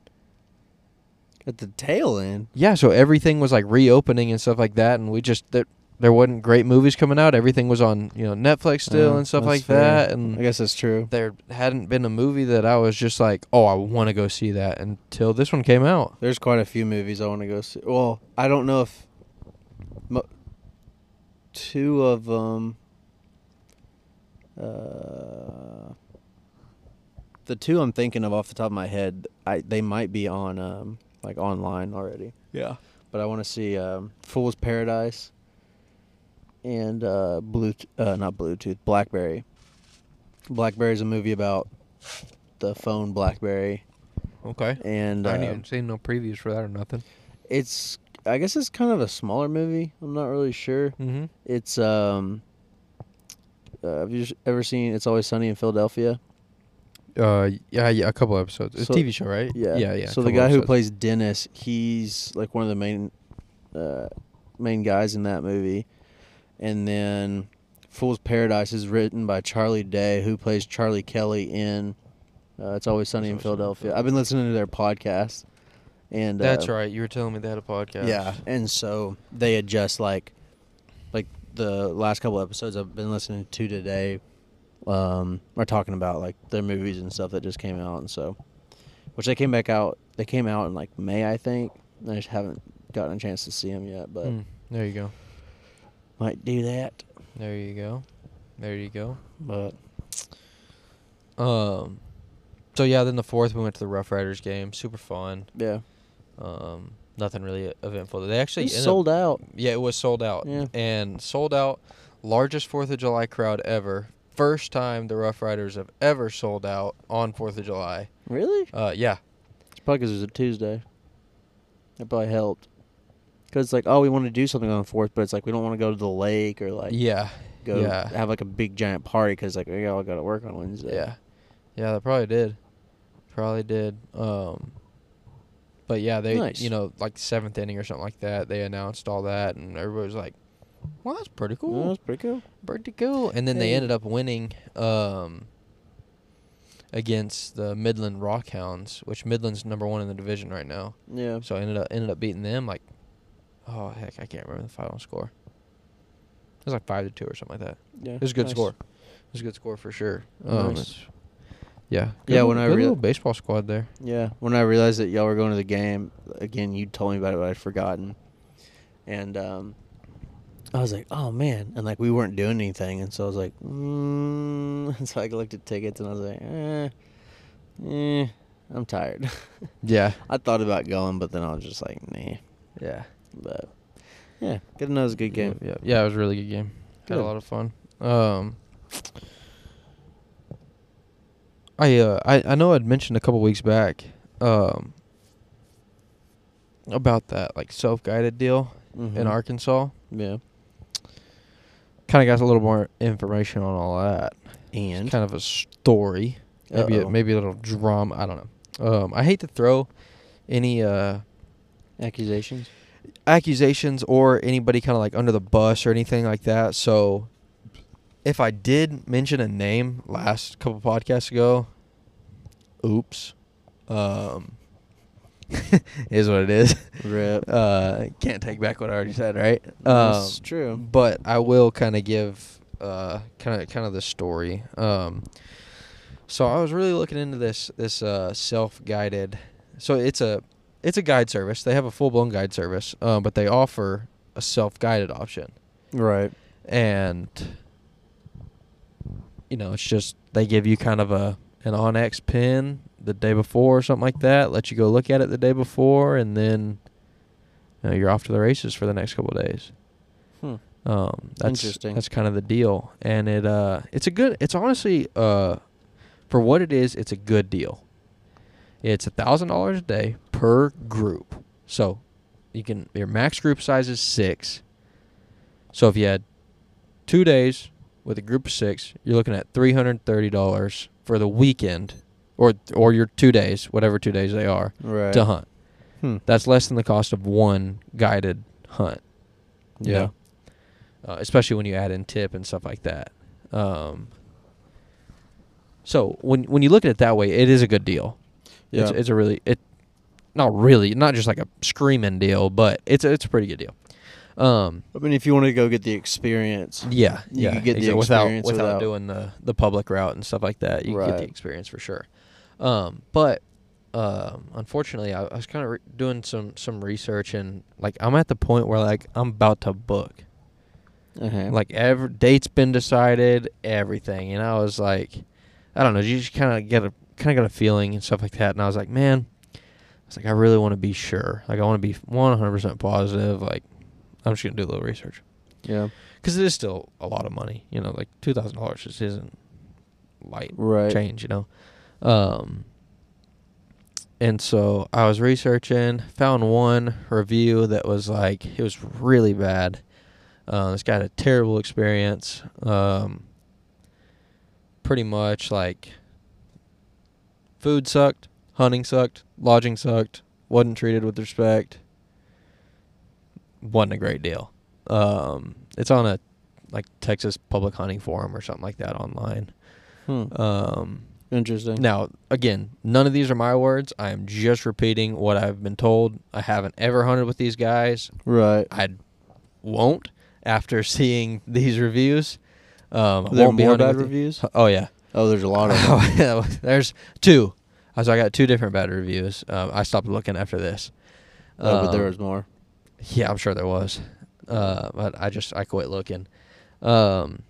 [SPEAKER 2] At the tail end.
[SPEAKER 1] Yeah, so everything was like reopening and stuff like that, and we just there there wasn't great movies coming out. Everything was on you know Netflix still
[SPEAKER 2] Oh,
[SPEAKER 1] and stuff
[SPEAKER 2] that's
[SPEAKER 1] like
[SPEAKER 2] fair.
[SPEAKER 1] that,
[SPEAKER 2] I
[SPEAKER 1] and
[SPEAKER 2] guess that's true.
[SPEAKER 1] there hadn't been a movie that I was just like, oh, I want to go see that until this one came out.
[SPEAKER 2] There's quite a few movies I want to go see. Well, I don't know if mo- two of them. Uh, the two I'm thinking of off the top of my head, I they might be on um like online already.
[SPEAKER 1] Yeah.
[SPEAKER 2] But I want to see um, Fool's Paradise and uh, Blue, uh, not Bluetooth, Blackberry. Blackberry is a movie about the phone Blackberry,
[SPEAKER 1] Okay.
[SPEAKER 2] and
[SPEAKER 1] I
[SPEAKER 2] uh,
[SPEAKER 1] haven't even seen no previews for that or nothing.
[SPEAKER 2] it's I guess it's kind of a smaller movie. I'm not really sure.
[SPEAKER 1] Mm-hmm.
[SPEAKER 2] It's um uh, have you s- ever seen It's Always Sunny in Philadelphia?
[SPEAKER 1] Uh, yeah, yeah, a couple episodes. It's
[SPEAKER 2] So-
[SPEAKER 1] a TV show, right? Yeah, yeah. a
[SPEAKER 2] So the
[SPEAKER 1] couple
[SPEAKER 2] guy who
[SPEAKER 1] episodes.
[SPEAKER 2] plays Dennis, he's like one of the main uh main guys in that movie. And then Fool's Paradise is written by Charlie Day, who plays Charlie Kelly in uh,
[SPEAKER 1] It's
[SPEAKER 2] It's Always Sunny in
[SPEAKER 1] Always Sunny in
[SPEAKER 2] Philadelphia. I've been listening to their podcast, and uh,
[SPEAKER 1] That's right. You were telling me they had a podcast.
[SPEAKER 2] Yeah, and so they had just like, like the last couple episodes I've been listening to today, um, are talking about like their movies and stuff that just came out, and so, which they came back out, they came out in like May, I think. and I just haven't gotten a chance to see them yet, but
[SPEAKER 1] Mm, there you go.
[SPEAKER 2] might do that.
[SPEAKER 1] There you go. There you go.
[SPEAKER 2] But
[SPEAKER 1] Um, so yeah, then the fourth we went to the Rough Riders game. Super fun.
[SPEAKER 2] yeah,
[SPEAKER 1] Um, nothing really eventful. They actually
[SPEAKER 2] They
[SPEAKER 1] ended up-
[SPEAKER 2] sold out.
[SPEAKER 1] yeah, it was sold out.
[SPEAKER 2] Yeah.
[SPEAKER 1] and sold out, largest Fourth of July crowd ever first time the Rough Riders have ever sold out on Fourth of July.
[SPEAKER 2] Really?
[SPEAKER 1] Uh, yeah,
[SPEAKER 2] It's probably because it was a Tuesday. That probably helped. Because like, oh, we want to do something on the fourth, but it's like we don't want to go to the lake or like
[SPEAKER 1] yeah,
[SPEAKER 2] go
[SPEAKER 1] yeah.
[SPEAKER 2] have like a big giant party because like we all got to work on Wednesday.
[SPEAKER 1] yeah, yeah. That probably did, probably did. Um, but yeah, they
[SPEAKER 2] Nice.
[SPEAKER 1] you know like seventh inning or something like that. They announced all that, and everybody was like, "Well, that's pretty
[SPEAKER 2] Well,
[SPEAKER 1] cool,
[SPEAKER 2] that's pretty cool.
[SPEAKER 1] pretty cool." And then they
[SPEAKER 2] Hey.
[SPEAKER 1] ended up winning. Um. Against the Midland Rockhounds, which Midland's number one in the division right now.
[SPEAKER 2] Yeah.
[SPEAKER 1] So I ended up ended up beating them like oh heck, I can't remember the final score. It was like five to two or something like that.
[SPEAKER 2] Yeah.
[SPEAKER 1] It was a good
[SPEAKER 2] nice.
[SPEAKER 1] score. It was a good score for sure. Um,
[SPEAKER 2] Nice.
[SPEAKER 1] it's- Yeah.
[SPEAKER 2] Yeah,
[SPEAKER 1] little-
[SPEAKER 2] when I
[SPEAKER 1] good
[SPEAKER 2] rea-
[SPEAKER 1] little baseball squad there.
[SPEAKER 2] Yeah. When I realized that y'all were going to the game again, you told me about it, but I'd forgotten. And um, I was like, oh man, and like we weren't doing anything, and so I was like, mm. and so I looked at tickets, and I was like, eh, eh, I'm tired.
[SPEAKER 1] Yeah.
[SPEAKER 2] I thought about going, but then I was just like, nah.
[SPEAKER 1] Yeah.
[SPEAKER 2] But yeah, good to know it's a good game.
[SPEAKER 1] Yeah, yeah, it was a really good game. Had
[SPEAKER 2] Good.
[SPEAKER 1] a lot of fun. Um I uh I, I know I'd mentioned a couple weeks back um about that like self guided deal in
[SPEAKER 2] Mhm.
[SPEAKER 1] Arkansas.
[SPEAKER 2] yeah,
[SPEAKER 1] Kind of got a little more information on all that.
[SPEAKER 2] and
[SPEAKER 1] It's kind of a story. Maybe a,
[SPEAKER 2] Uh-oh.
[SPEAKER 1] maybe a little drama. I don't know. Um, I hate to throw any uh,
[SPEAKER 2] accusations.
[SPEAKER 1] accusations or anybody kind of like under the bus or anything like that. So if I did mention a name last couple podcasts ago, oops, um, is what it is.
[SPEAKER 2] Rip.
[SPEAKER 1] Uh, can't take back what I already said, right?
[SPEAKER 2] That's
[SPEAKER 1] Um,
[SPEAKER 2] true.
[SPEAKER 1] But I will kind of give uh kind of kind of the story. Um, so I was really looking into this this uh self guided. So it's a it's a guide service. They have a full blown guide service, um, but they offer a self guided option,
[SPEAKER 2] Right.
[SPEAKER 1] and you know it's just they give you kind of a an Onyx pin the day before or something like that. Let you go look at it the day before, and then you know, you're off to the races for the next couple of days.
[SPEAKER 2] Hmm.
[SPEAKER 1] Um, that's
[SPEAKER 2] Interesting.
[SPEAKER 1] That's kind of the deal, and it uh, it's a good. It's honestly uh, for what it is, it's a good deal. It's a thousand dollars a day per group, so you can your max group size is six. So if you had two days with a group of six, you're looking at three hundred thirty dollars for the weekend, or or your two days, whatever two days they are,
[SPEAKER 2] Right.
[SPEAKER 1] to hunt.
[SPEAKER 2] Hmm.
[SPEAKER 1] That's less than the cost of one guided hunt. you
[SPEAKER 2] Yeah.
[SPEAKER 1] know? Uh, especially when you add in tip and stuff like that. Um, so when when you look at it that way, it is a good deal. It's,
[SPEAKER 2] Yeah.
[SPEAKER 1] it's a really it not really not just like a screaming deal, but it's a, it's a pretty good deal. Um,
[SPEAKER 2] I mean, if you want to go get the experience.
[SPEAKER 1] yeah,
[SPEAKER 2] You
[SPEAKER 1] yeah,
[SPEAKER 2] could get the
[SPEAKER 1] exa- without
[SPEAKER 2] experience
[SPEAKER 1] without
[SPEAKER 2] without-
[SPEAKER 1] doing the the public route and stuff like that. You could get the
[SPEAKER 2] Right.
[SPEAKER 1] experience for sure. Um, but um, unfortunately, I, I was kind of re- doing some some research and like I'm at the point where like I'm about to book.
[SPEAKER 2] Uh-huh.
[SPEAKER 1] Like every date's been decided, everything, and I was like, I don't know, you just kind of get a kind of got a feeling and stuff like that, and I was like, man, I was like, I really want to be sure, like I want to be 100% positive, like I'm just gonna do a little research
[SPEAKER 2] yeah.
[SPEAKER 1] because it is still a lot of money. You know, like two thousand dollars just isn't light
[SPEAKER 2] Right.
[SPEAKER 1] change. You know, um, and so I was researching, found one review that was like it was really bad. Uh, this guy had a terrible experience. Um, pretty much like food sucked, hunting sucked, lodging sucked, wasn't treated with respect. wasn't a great deal. Um, it's on a like Texas public hunting forum or something like that online.
[SPEAKER 2] Hmm.
[SPEAKER 1] Um,
[SPEAKER 2] Interesting.
[SPEAKER 1] now again, none of these are my words. I am just repeating what I've been told. I haven't ever hunted with these guys.
[SPEAKER 2] Right.
[SPEAKER 1] I won't after seeing these reviews. Um, I
[SPEAKER 2] There
[SPEAKER 1] won't be
[SPEAKER 2] more
[SPEAKER 1] hunting
[SPEAKER 2] bad
[SPEAKER 1] with the-
[SPEAKER 2] reviews?
[SPEAKER 1] Oh yeah.
[SPEAKER 2] Oh, there's a lot of them.
[SPEAKER 1] Oh, yeah, There's two. Uh, So I got two different bad reviews. Um, I stopped looking after this.
[SPEAKER 2] oh, but there
[SPEAKER 1] Um,
[SPEAKER 2] was more.
[SPEAKER 1] Yeah, I'm sure there was. Uh, but I just I quit looking. Um,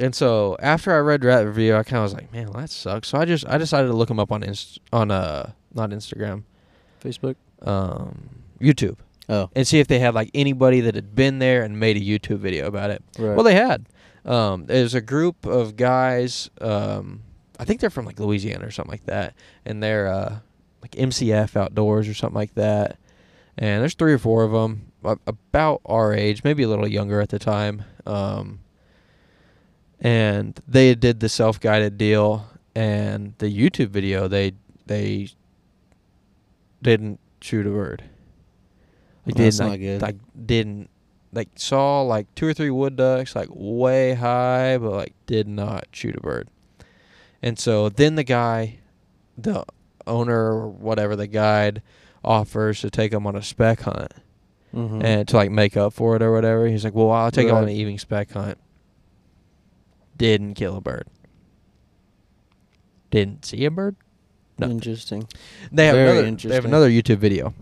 [SPEAKER 1] and so after I read that review, I kind of was like, man, that sucks. So I just I decided to look him up on inst- on uh not Instagram,
[SPEAKER 2] Facebook.
[SPEAKER 1] um, YouTube,
[SPEAKER 2] Oh,
[SPEAKER 1] and see if they had like anybody that had been there and made a YouTube video about it.
[SPEAKER 2] right.
[SPEAKER 1] Well, they had. Um, there's a group of guys. Um, I think they're from like Louisiana or something like that, and they're uh, like MCF outdoors or something like that. And there's three or four of them about our age, maybe a little younger at the time. Um, and they did the self guided deal and the YouTube video. They they didn't shoot a bird. Like
[SPEAKER 2] Well, that's
[SPEAKER 1] didn't,
[SPEAKER 2] not good.
[SPEAKER 1] Like didn't like saw like two or three wood ducks like way high, but like did not shoot a bird. And so then the guy, the owner, or whatever the guide, offers to take him on a spec hunt
[SPEAKER 2] Mm-hmm.
[SPEAKER 1] and to like make up for it or whatever. He's like, "Well, I'll take him on
[SPEAKER 2] Right.
[SPEAKER 1] an evening spec hunt." Didn't kill a bird. Didn't see a bird. no.
[SPEAKER 2] Interesting.
[SPEAKER 1] They have
[SPEAKER 2] Very
[SPEAKER 1] another. They have
[SPEAKER 2] interesting.
[SPEAKER 1] another YouTube video.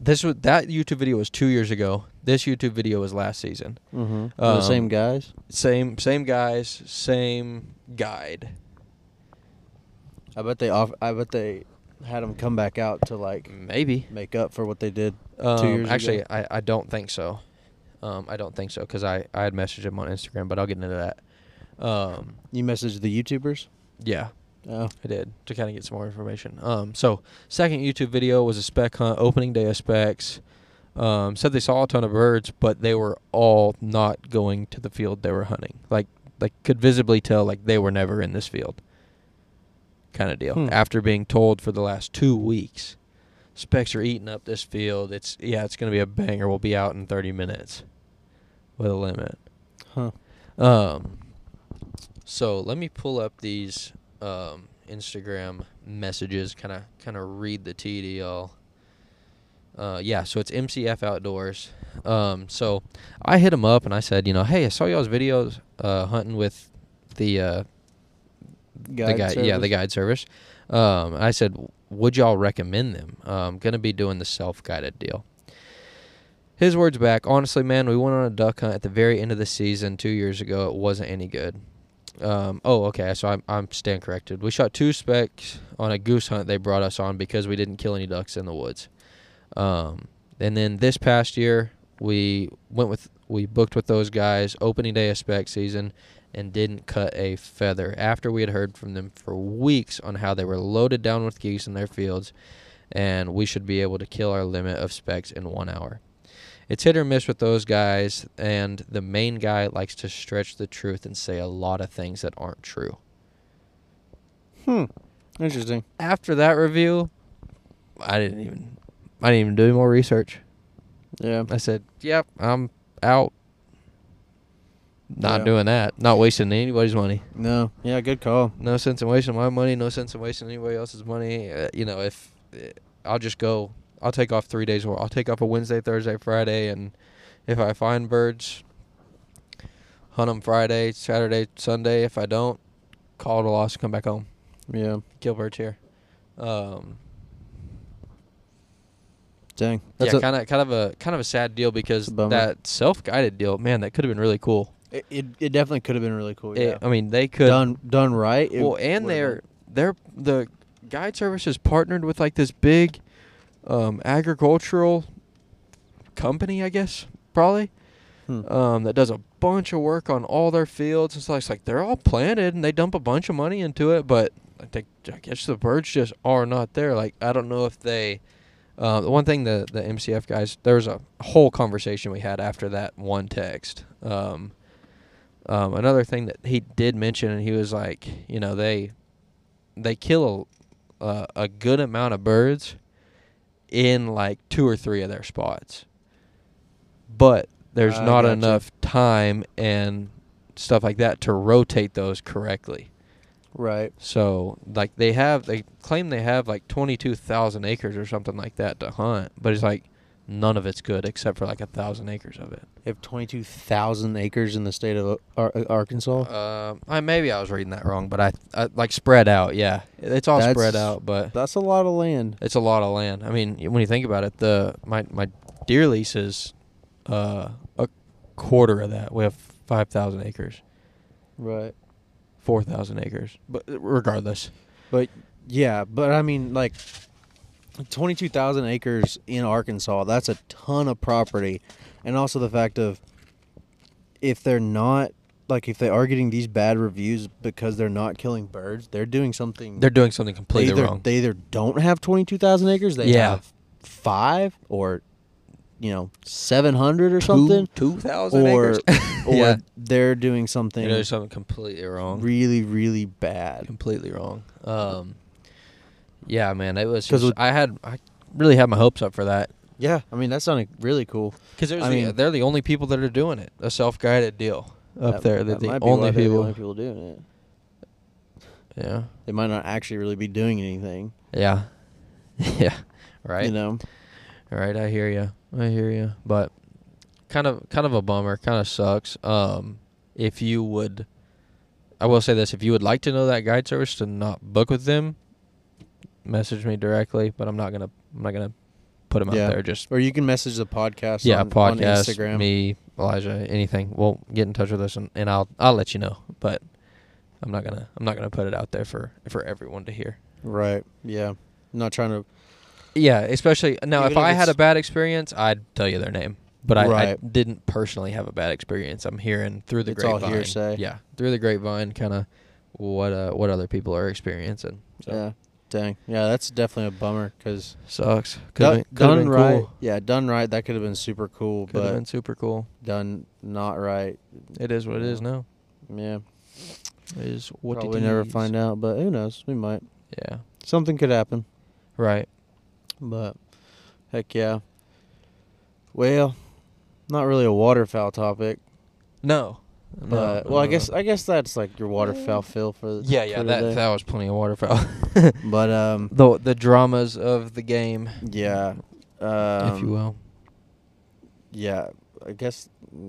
[SPEAKER 1] This was that YouTube video was two years ago. This YouTube video was last season.
[SPEAKER 2] Mm-hmm.
[SPEAKER 1] Um,
[SPEAKER 2] the same guys.
[SPEAKER 1] Same same guys, same guide.
[SPEAKER 2] I bet they off. I bet they had them come back out to like
[SPEAKER 1] Maybe.
[SPEAKER 2] make up for what they did
[SPEAKER 1] Um,
[SPEAKER 2] two years
[SPEAKER 1] actually,
[SPEAKER 2] ago.
[SPEAKER 1] I, I don't think so. Um, I don't think so because I, I had messaged him on Instagram, but I'll get into that. Um,
[SPEAKER 2] You messaged the YouTubers.
[SPEAKER 1] yeah,
[SPEAKER 2] Oh,
[SPEAKER 1] I did to kind of get some more information. Um, so second YouTube video was a spec hunt, opening day of specs. Um, said they saw a ton of birds, but they were all not going to the field they were hunting. Like, like could visibly tell like they were never in this field. Kind of deal.
[SPEAKER 2] Hmm.
[SPEAKER 1] After being told for the last two weeks, specs are eating up this field. It's yeah, it's gonna be a banger. We'll be out in 30 minutes, with a limit.
[SPEAKER 2] huh.
[SPEAKER 1] Um, so let me pull up these um, Instagram messages, kind of kind of read the tea to y'all. Uh, yeah, so it's MCF Outdoors. Um, so I hit him up and I said, you know, hey, I saw y'all's videos uh, hunting with the uh, the guy, yeah, the
[SPEAKER 2] service?
[SPEAKER 1] guide service. Um, I said, would y'all recommend them? I'm gonna be doing the self guided deal. His words back, honestly, man, we went on a duck hunt at the very end of the season two years ago. It wasn't any good. Um, oh, okay, so I'm I'm stand corrected. We shot two specs on a goose hunt they brought us on because we didn't kill any ducks in the woods. Um, and then this past year, we went with we booked with those guys opening day of spec season and didn't cut a feather after we had heard from them for weeks on how they were loaded down with geese in their fields and we should be able to kill our limit of specs in one hour. It's hit or miss with those guys, and the main guy likes to stretch the truth and say a lot of things that aren't true.
[SPEAKER 2] Hmm. Interesting.
[SPEAKER 1] After that review, I didn't even I didn't even do more research.
[SPEAKER 2] Yeah.
[SPEAKER 1] I said, "Yep, I'm out. Not
[SPEAKER 2] Yeah.
[SPEAKER 1] doing that. Not wasting anybody's money.
[SPEAKER 2] No. Yeah. Good call.
[SPEAKER 1] No sense in wasting my money. No sense in wasting anybody else's money. Uh, you know, if eh, I'll just go, I'll take off three days. Or I'll take off a Wednesday, Thursday, Friday, and if I find birds, hunt them Friday, Saturday, Sunday. If I don't, call it a loss. Come back home.
[SPEAKER 2] Yeah.
[SPEAKER 1] Kill birds here. Um,
[SPEAKER 2] Dang. That's
[SPEAKER 1] yeah,
[SPEAKER 2] a-
[SPEAKER 1] kind of, kind of a, kind of a sad deal because
[SPEAKER 2] a bummer.
[SPEAKER 1] that self-guided deal, man, that could have been really cool.
[SPEAKER 2] it, it, it definitely could have been really cool.
[SPEAKER 1] It-
[SPEAKER 2] Yeah.
[SPEAKER 1] I mean, they could
[SPEAKER 2] done done right. it
[SPEAKER 1] well, and
[SPEAKER 2] would've
[SPEAKER 1] they're they're the guide service is partnered with like this big um, agricultural company, I guess probably
[SPEAKER 2] been- hmm.
[SPEAKER 1] um, that does a bunch of work on all their fields and stuff. It's like they're all planted and they dump a bunch of money into it, but I think I guess the birds just are not there. Like I don't know if they. Uh, the one thing the the MCF guys, there was a whole conversation we had after that one text. Um, um, another thing that he did mention, and he was like, you know, they they kill a, uh, a good amount of birds in like two or three of their spots, but there's
[SPEAKER 2] I
[SPEAKER 1] not
[SPEAKER 2] Ah, gotcha.
[SPEAKER 1] enough time and stuff like that to rotate those correctly.
[SPEAKER 2] right.
[SPEAKER 1] So like they have they claim they have like 22,000 acres or something like that to hunt, but it's like none of it's good except for like a thousand acres of it.
[SPEAKER 2] They have twenty two thousand acres in the state of Ar- Arkansas.
[SPEAKER 1] Um, I maybe I was reading that wrong, but I, I like spread out. Yeah, it's all spread
[SPEAKER 2] That's-
[SPEAKER 1] out, but
[SPEAKER 2] That's a lot of land.
[SPEAKER 1] it's a lot of land. I mean, when you think about it, the my my deer lease is uh, a quarter of that. We have five thousand acres,
[SPEAKER 2] Right.
[SPEAKER 1] four thousand acres, but regardless,
[SPEAKER 2] But yeah, but I mean like 22,000 acres in Arkansas. That's a ton of property. And also the fact of if they're not like if they are getting these bad reviews because they're not killing birds, they're doing something.
[SPEAKER 1] They're doing something
[SPEAKER 2] they
[SPEAKER 1] completely
[SPEAKER 2] either,
[SPEAKER 1] wrong.
[SPEAKER 2] They either don't have twenty two thousand acres. They
[SPEAKER 1] Yeah.
[SPEAKER 2] have five or, you know, seven hundred or something.
[SPEAKER 1] two thousand
[SPEAKER 2] Or,
[SPEAKER 1] acres.
[SPEAKER 2] or
[SPEAKER 1] yeah,
[SPEAKER 2] they're doing something
[SPEAKER 1] they're doing something completely wrong.
[SPEAKER 2] really, really bad.
[SPEAKER 1] completely wrong. Um, yeah, man, it was
[SPEAKER 2] 'Cause
[SPEAKER 1] just
[SPEAKER 2] with-
[SPEAKER 1] I had I really had my hopes up for that
[SPEAKER 2] Yeah, I mean that sounded really cool.
[SPEAKER 1] because
[SPEAKER 2] I
[SPEAKER 1] the,
[SPEAKER 2] mean-
[SPEAKER 1] they're the only people that are doing it, a self guided deal up
[SPEAKER 2] That-
[SPEAKER 1] there. They're
[SPEAKER 2] that
[SPEAKER 1] the
[SPEAKER 2] might be
[SPEAKER 1] only
[SPEAKER 2] why they're
[SPEAKER 1] people.
[SPEAKER 2] the only people doing it.
[SPEAKER 1] Yeah,
[SPEAKER 2] They might not actually really be doing anything.
[SPEAKER 1] yeah, yeah. Right.
[SPEAKER 2] You know.
[SPEAKER 1] All right, I hear you. I hear you. But kind of kind of a bummer, kind of sucks. Um if you would I will say this, if you would like to know that guide service to not book with them, message me directly, but I'm not going to I'm not going to put them
[SPEAKER 2] Yeah.
[SPEAKER 1] out there just
[SPEAKER 2] Or you can message the podcast.
[SPEAKER 1] yeah,
[SPEAKER 2] on, on
[SPEAKER 1] podcast,
[SPEAKER 2] Instagram.
[SPEAKER 1] me, Elijah, anything. We'll get in touch with us and, and I'll I'll let you know, but I'm not going to I'm not going to put it out there for for everyone to hear.
[SPEAKER 2] Right. Yeah. I'm not trying to.
[SPEAKER 1] Yeah, especially now. if
[SPEAKER 2] Even if
[SPEAKER 1] I had a
[SPEAKER 2] it's-
[SPEAKER 1] bad experience, I'd tell you their name. But I, I
[SPEAKER 2] Right.
[SPEAKER 1] didn't personally have a bad experience. I'm hearing through the
[SPEAKER 2] It's all
[SPEAKER 1] grapevine.
[SPEAKER 2] hearsay.
[SPEAKER 1] Yeah, through the grapevine, kind of what uh, what other people are experiencing. So,
[SPEAKER 2] Yeah. Dang. Yeah, that's definitely a bummer because
[SPEAKER 1] sucks. Could
[SPEAKER 2] done,
[SPEAKER 1] have been,
[SPEAKER 2] done right.
[SPEAKER 1] cool.
[SPEAKER 2] Yeah, done right. That could have been super cool,
[SPEAKER 1] Could have
[SPEAKER 2] but
[SPEAKER 1] been super cool.
[SPEAKER 2] done not right.
[SPEAKER 1] It is what it is now.
[SPEAKER 2] Yeah.
[SPEAKER 1] It is what
[SPEAKER 2] What we never find out, but who knows? We might.
[SPEAKER 1] Yeah.
[SPEAKER 2] Something could happen,
[SPEAKER 1] Right.
[SPEAKER 2] but heck yeah. Well, not really a waterfowl topic,
[SPEAKER 1] No. No,
[SPEAKER 2] but
[SPEAKER 1] no,
[SPEAKER 2] well, I
[SPEAKER 1] no,
[SPEAKER 2] guess
[SPEAKER 1] no.
[SPEAKER 2] I guess that's like your waterfowl fill for the
[SPEAKER 1] yeah, yeah.
[SPEAKER 2] for
[SPEAKER 1] That
[SPEAKER 2] today.
[SPEAKER 1] that was plenty of waterfowl.
[SPEAKER 2] But um,
[SPEAKER 1] the the dramas of the game,
[SPEAKER 2] yeah. Um,
[SPEAKER 1] if you will.
[SPEAKER 2] yeah i guess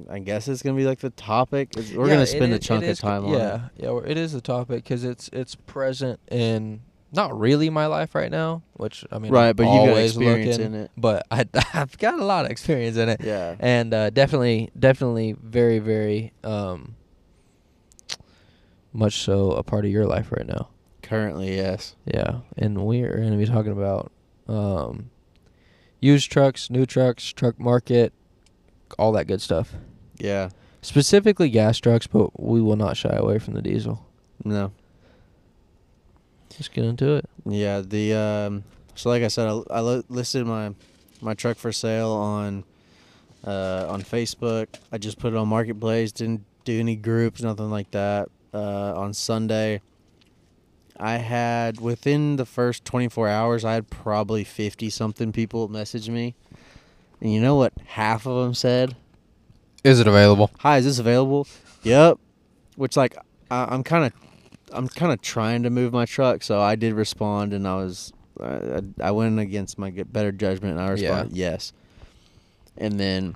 [SPEAKER 2] i guess it's gonna be like the topic It's- we're
[SPEAKER 1] Yeah,
[SPEAKER 2] gonna
[SPEAKER 1] it
[SPEAKER 2] spend
[SPEAKER 1] i-
[SPEAKER 2] a chunk
[SPEAKER 1] it
[SPEAKER 2] of
[SPEAKER 1] is-
[SPEAKER 2] time on
[SPEAKER 1] yeah, Yeah, well, it is the topic because it's it's present in not really my life right now, which I
[SPEAKER 2] it
[SPEAKER 1] mean,
[SPEAKER 2] right but you got
[SPEAKER 1] always
[SPEAKER 2] experience
[SPEAKER 1] looking,
[SPEAKER 2] in it
[SPEAKER 1] But I I've got a lot of experience in it,
[SPEAKER 2] yeah
[SPEAKER 1] and uh, definitely definitely very very um much so a part of your life right now.
[SPEAKER 2] currently yes
[SPEAKER 1] Yeah, and we are going to be talking about um used trucks, new trucks, truck market, all that good stuff.
[SPEAKER 2] yeah
[SPEAKER 1] Specifically gas trucks, but we will not shy away from the diesel.
[SPEAKER 2] no
[SPEAKER 1] Let's get into it.
[SPEAKER 2] yeah the um so like i said i, I li- listed my my truck for sale on uh on facebook i just put it on marketplace didn't do any groups nothing like that uh on sunday i had within the first 24 hours i had probably 50 something people message me and you know what half of them said
[SPEAKER 1] Is it available?
[SPEAKER 2] hi is this available yep which like I, i'm kind of i'm kind of trying to move my truck so i did respond and i was i, I I went against my good, better judgment and i
[SPEAKER 1] Yeah.
[SPEAKER 2] responded yes and then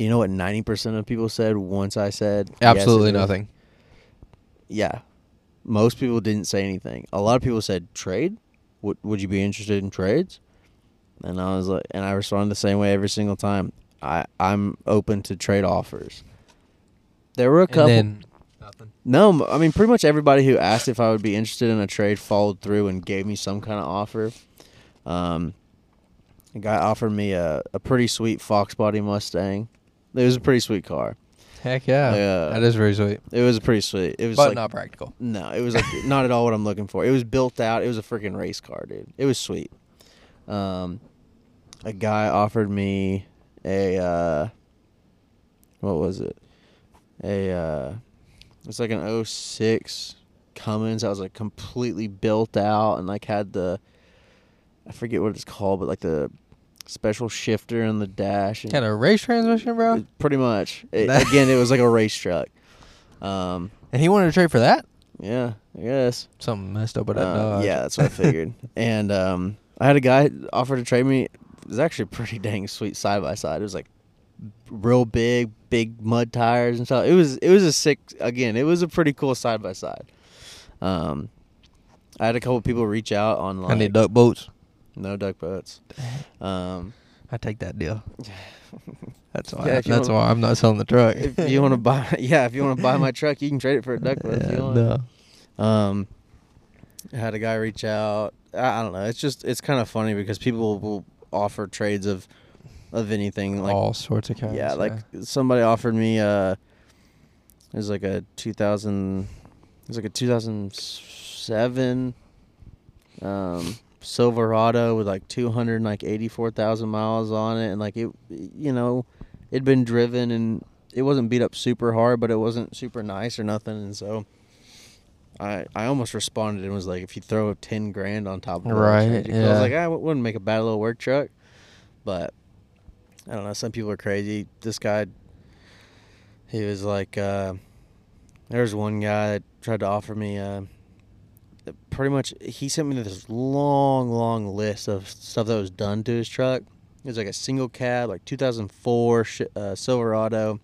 [SPEAKER 2] you know what 90% of people said once i said yes, it
[SPEAKER 1] Absolutely
[SPEAKER 2] is?
[SPEAKER 1] nothing.
[SPEAKER 2] yeah most people didn't say anything a lot of people said trade would, would you be interested in trades and i was like and i responded the same way every single time i i'm open to trade offers there were a couple
[SPEAKER 1] And then nothing.
[SPEAKER 2] no, m- I mean pretty much everybody who asked if I would be interested in a trade followed through and gave me some kind of offer. Um, a guy offered me a, a pretty sweet Fox Body Mustang. It was a pretty sweet car.
[SPEAKER 1] Heck yeah.
[SPEAKER 2] Yeah.
[SPEAKER 1] That is very sweet.
[SPEAKER 2] It was pretty sweet. It was
[SPEAKER 1] But
[SPEAKER 2] like
[SPEAKER 1] not practical.
[SPEAKER 2] no, it was like not at all what I'm looking for. It was built out. It was a freaking race car, dude. It was sweet. Um, a guy offered me a uh, what was it? A uh, it's like an 06 Cummins. I was like completely built out and like had the I forget what it's called, but like the special shifter in the dash. And
[SPEAKER 1] Kind of race transmission, bro.
[SPEAKER 2] It- Pretty much. It, again, it was like a race truck. Um,
[SPEAKER 1] And he wanted to trade for that?
[SPEAKER 2] yeah, I guess.
[SPEAKER 1] Something messed up with that
[SPEAKER 2] Uh,
[SPEAKER 1] dog.
[SPEAKER 2] yeah, that's what I figured. and um, I had a guy offer to trade me. It was actually a pretty dang sweet side by side. It was like real big, big mud tires and stuff. It was it was a sick again. It was a pretty cool side by side. Um, I had a couple people reach out online.
[SPEAKER 1] I need duck boats.
[SPEAKER 2] no duck boats. Um,
[SPEAKER 1] I take that deal. That's why.
[SPEAKER 2] Yeah, if you
[SPEAKER 1] that's
[SPEAKER 2] wanna-
[SPEAKER 1] why I'm not selling the truck.
[SPEAKER 2] if you want to buy, yeah, if you want to buy my truck, you can trade it for a duck boat. if
[SPEAKER 1] Yeah,
[SPEAKER 2] you want.
[SPEAKER 1] no.
[SPEAKER 2] Um, I had a guy reach out. I, I don't know. It's just it's kind of funny because people will offer trades of of anything like
[SPEAKER 1] All sorts of kinds.
[SPEAKER 2] yeah, like somebody offered me uh It was like a 2000. It was like a 2007 um, Silverado with like 200 like 84,000 miles on it, and like it, you know, it'd been driven and it wasn't beat up super hard, but it wasn't super nice or nothing, and so. I, I almost responded and was like, if you throw ten grand on top of it, I'll
[SPEAKER 1] Right,
[SPEAKER 2] trade you." 'Cause I was
[SPEAKER 1] yeah.
[SPEAKER 2] like, I wouldn't make a bad little work truck, but I don't know. Some people are crazy. This guy, he was like, uh, there was one guy that tried to offer me. Uh, pretty much, he sent me this long, long list of stuff that was done to his truck. It was like a single cab, like 2004 sh- uh, Silverado,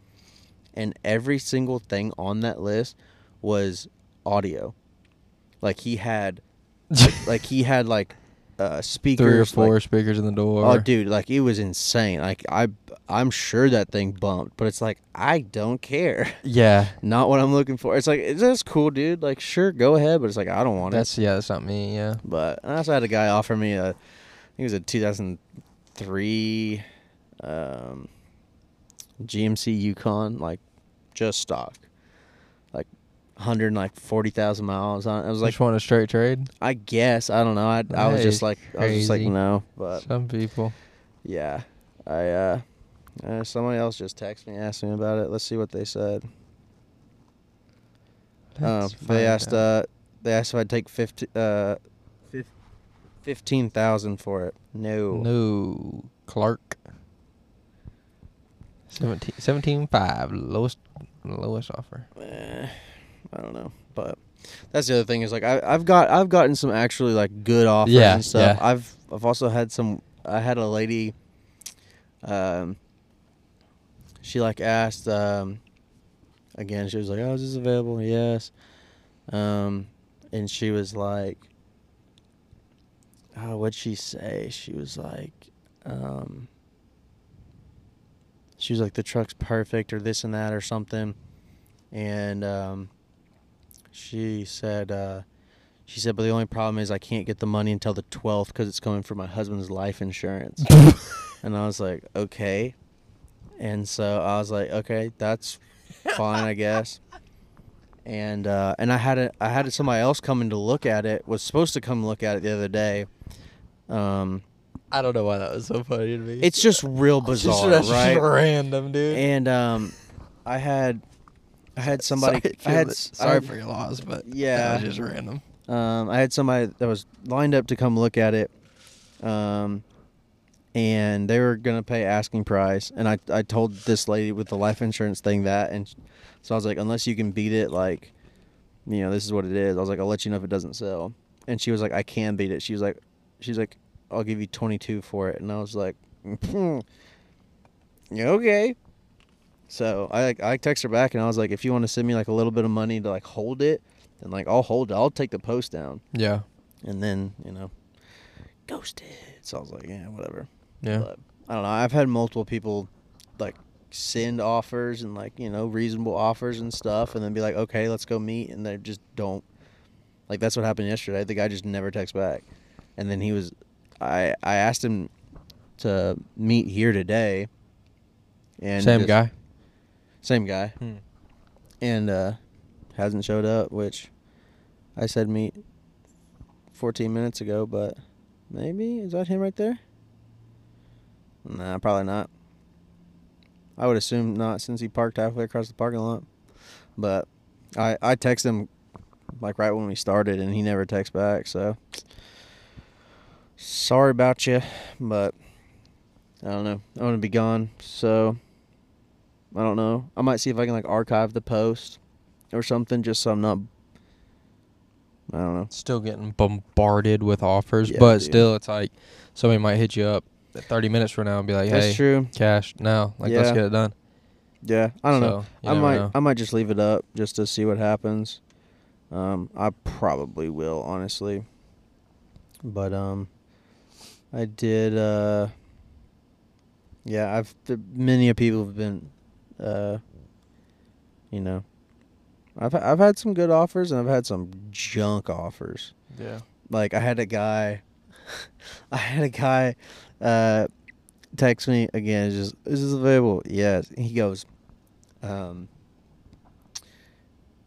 [SPEAKER 2] and every single thing on that list was audio. Like he had, like he had like uh, speakers,
[SPEAKER 1] Three or
[SPEAKER 2] like,
[SPEAKER 1] four speakers in the door.
[SPEAKER 2] Oh, dude, like it was insane. Like I, I'm sure that thing bumped, but it's like I don't care.
[SPEAKER 1] Yeah.
[SPEAKER 2] Not what I'm looking for. It's like it's that's cool, dude. Like sure, go ahead, but it's like I don't want
[SPEAKER 1] That's yeah. That's not me. Yeah.
[SPEAKER 2] it. But I also had a guy offer me a, he was a 2003, um, GMC Yukon, like just stock, like hundred like forty thousand miles on. It I was like,
[SPEAKER 1] Just want a straight trade.
[SPEAKER 2] I guess I don't know. I I was
[SPEAKER 1] That
[SPEAKER 2] just
[SPEAKER 1] is
[SPEAKER 2] like I was just like
[SPEAKER 1] crazy.
[SPEAKER 2] no, but
[SPEAKER 1] Some people.
[SPEAKER 2] yeah, I uh, uh somebody else just texted me asked me about it. Let's see what they said. Um,
[SPEAKER 1] Let's find
[SPEAKER 2] they asked
[SPEAKER 1] out.
[SPEAKER 2] uh they asked if I'd take 50, uh fif- 15,000 for it. No.
[SPEAKER 1] No, Clark. 17, 17.5, lowest lowest offer.
[SPEAKER 2] Eh, I don't know, but that's the other thing is like I I've got I've gotten some actually like good offers
[SPEAKER 1] Yeah,
[SPEAKER 2] and stuff.
[SPEAKER 1] yeah.
[SPEAKER 2] I've I've also had some I had a lady um she like asked um again she was like, "Oh, is this available?" Yes. Um and she was like oh, what'd she say? She was like, um, she was like, the truck's perfect or this and that or something. And um, she said, uh, she said, but the only problem is I can't get the money until the 12th because it's coming from my husband's life insurance. and I was like, okay. And so I was like, okay, that's fine, I guess. And uh, and I had a, I had somebody else coming to look at it. Was supposed to come look at it the other day. Um,
[SPEAKER 1] I don't know why that was so funny to me.
[SPEAKER 2] it's just real bizarre, right?
[SPEAKER 1] random, dude.
[SPEAKER 2] And um, I had I had somebody
[SPEAKER 1] Sorry,
[SPEAKER 2] I had s- I
[SPEAKER 1] sorry
[SPEAKER 2] had-
[SPEAKER 1] for your loss, but that
[SPEAKER 2] Yeah.
[SPEAKER 1] was just random.
[SPEAKER 2] Um, I had somebody that was lined up to come look at it, um, and they were gonna pay asking price. And I, I told this lady with the life insurance thing that, and so I was like, unless you can beat it, like, you know, this is what it is. I was like, I'll let you know if it doesn't sell. And she was like, I can beat it. She was like, she's like, I'll give you twenty two for it. And I was like, "Yeah, okay. So I like I text her back and I was like, if you want to send me like a little bit of money to like hold it, then like I'll hold it. I'll take the post down.
[SPEAKER 1] Yeah,
[SPEAKER 2] And then you know, ghosted. So I was like, yeah, whatever.
[SPEAKER 1] yeah.
[SPEAKER 2] But I don't know. I've had multiple people like send offers and like you know reasonable offers and stuff, and then be like, okay, let's go meet, and they just don't. Like that's what happened yesterday. The guy just never texts back, and then he was, I I asked him to meet here today. And
[SPEAKER 1] Same
[SPEAKER 2] just-
[SPEAKER 1] guy. Hmm.
[SPEAKER 2] Same guy and uh hasn't showed up which i said meet 14 minutes ago but maybe is that him right there nah probably not i would assume not since he parked halfway across the parking lot but i i texted him like right when we started and he never texts back so sorry about you but i don't know i'm gonna be gone so I don't know. I might see if I can like archive the post or something, just so I'm not. I don't know.
[SPEAKER 1] Still getting bombarded with offers,
[SPEAKER 2] Yeah,
[SPEAKER 1] but
[SPEAKER 2] dude.
[SPEAKER 1] still, it's like somebody might hit you up at 30 minutes from now and be like, "Hey,
[SPEAKER 2] That's true.
[SPEAKER 1] cash now! Like, let's
[SPEAKER 2] Yeah.
[SPEAKER 1] get it done."
[SPEAKER 2] Yeah, I don't know.
[SPEAKER 1] So, you
[SPEAKER 2] I
[SPEAKER 1] never
[SPEAKER 2] might.
[SPEAKER 1] know.
[SPEAKER 2] I might just leave it up just to see what happens. Um, I probably will, honestly. But um, I did. Uh, yeah, I've th- many of people have been, uh, you know, I've I've had some good offers and I've had some junk offers.
[SPEAKER 1] Yeah.
[SPEAKER 2] like I had a guy, I had a guy, uh, text me again. it's Just is this available? Yes. And he goes, um,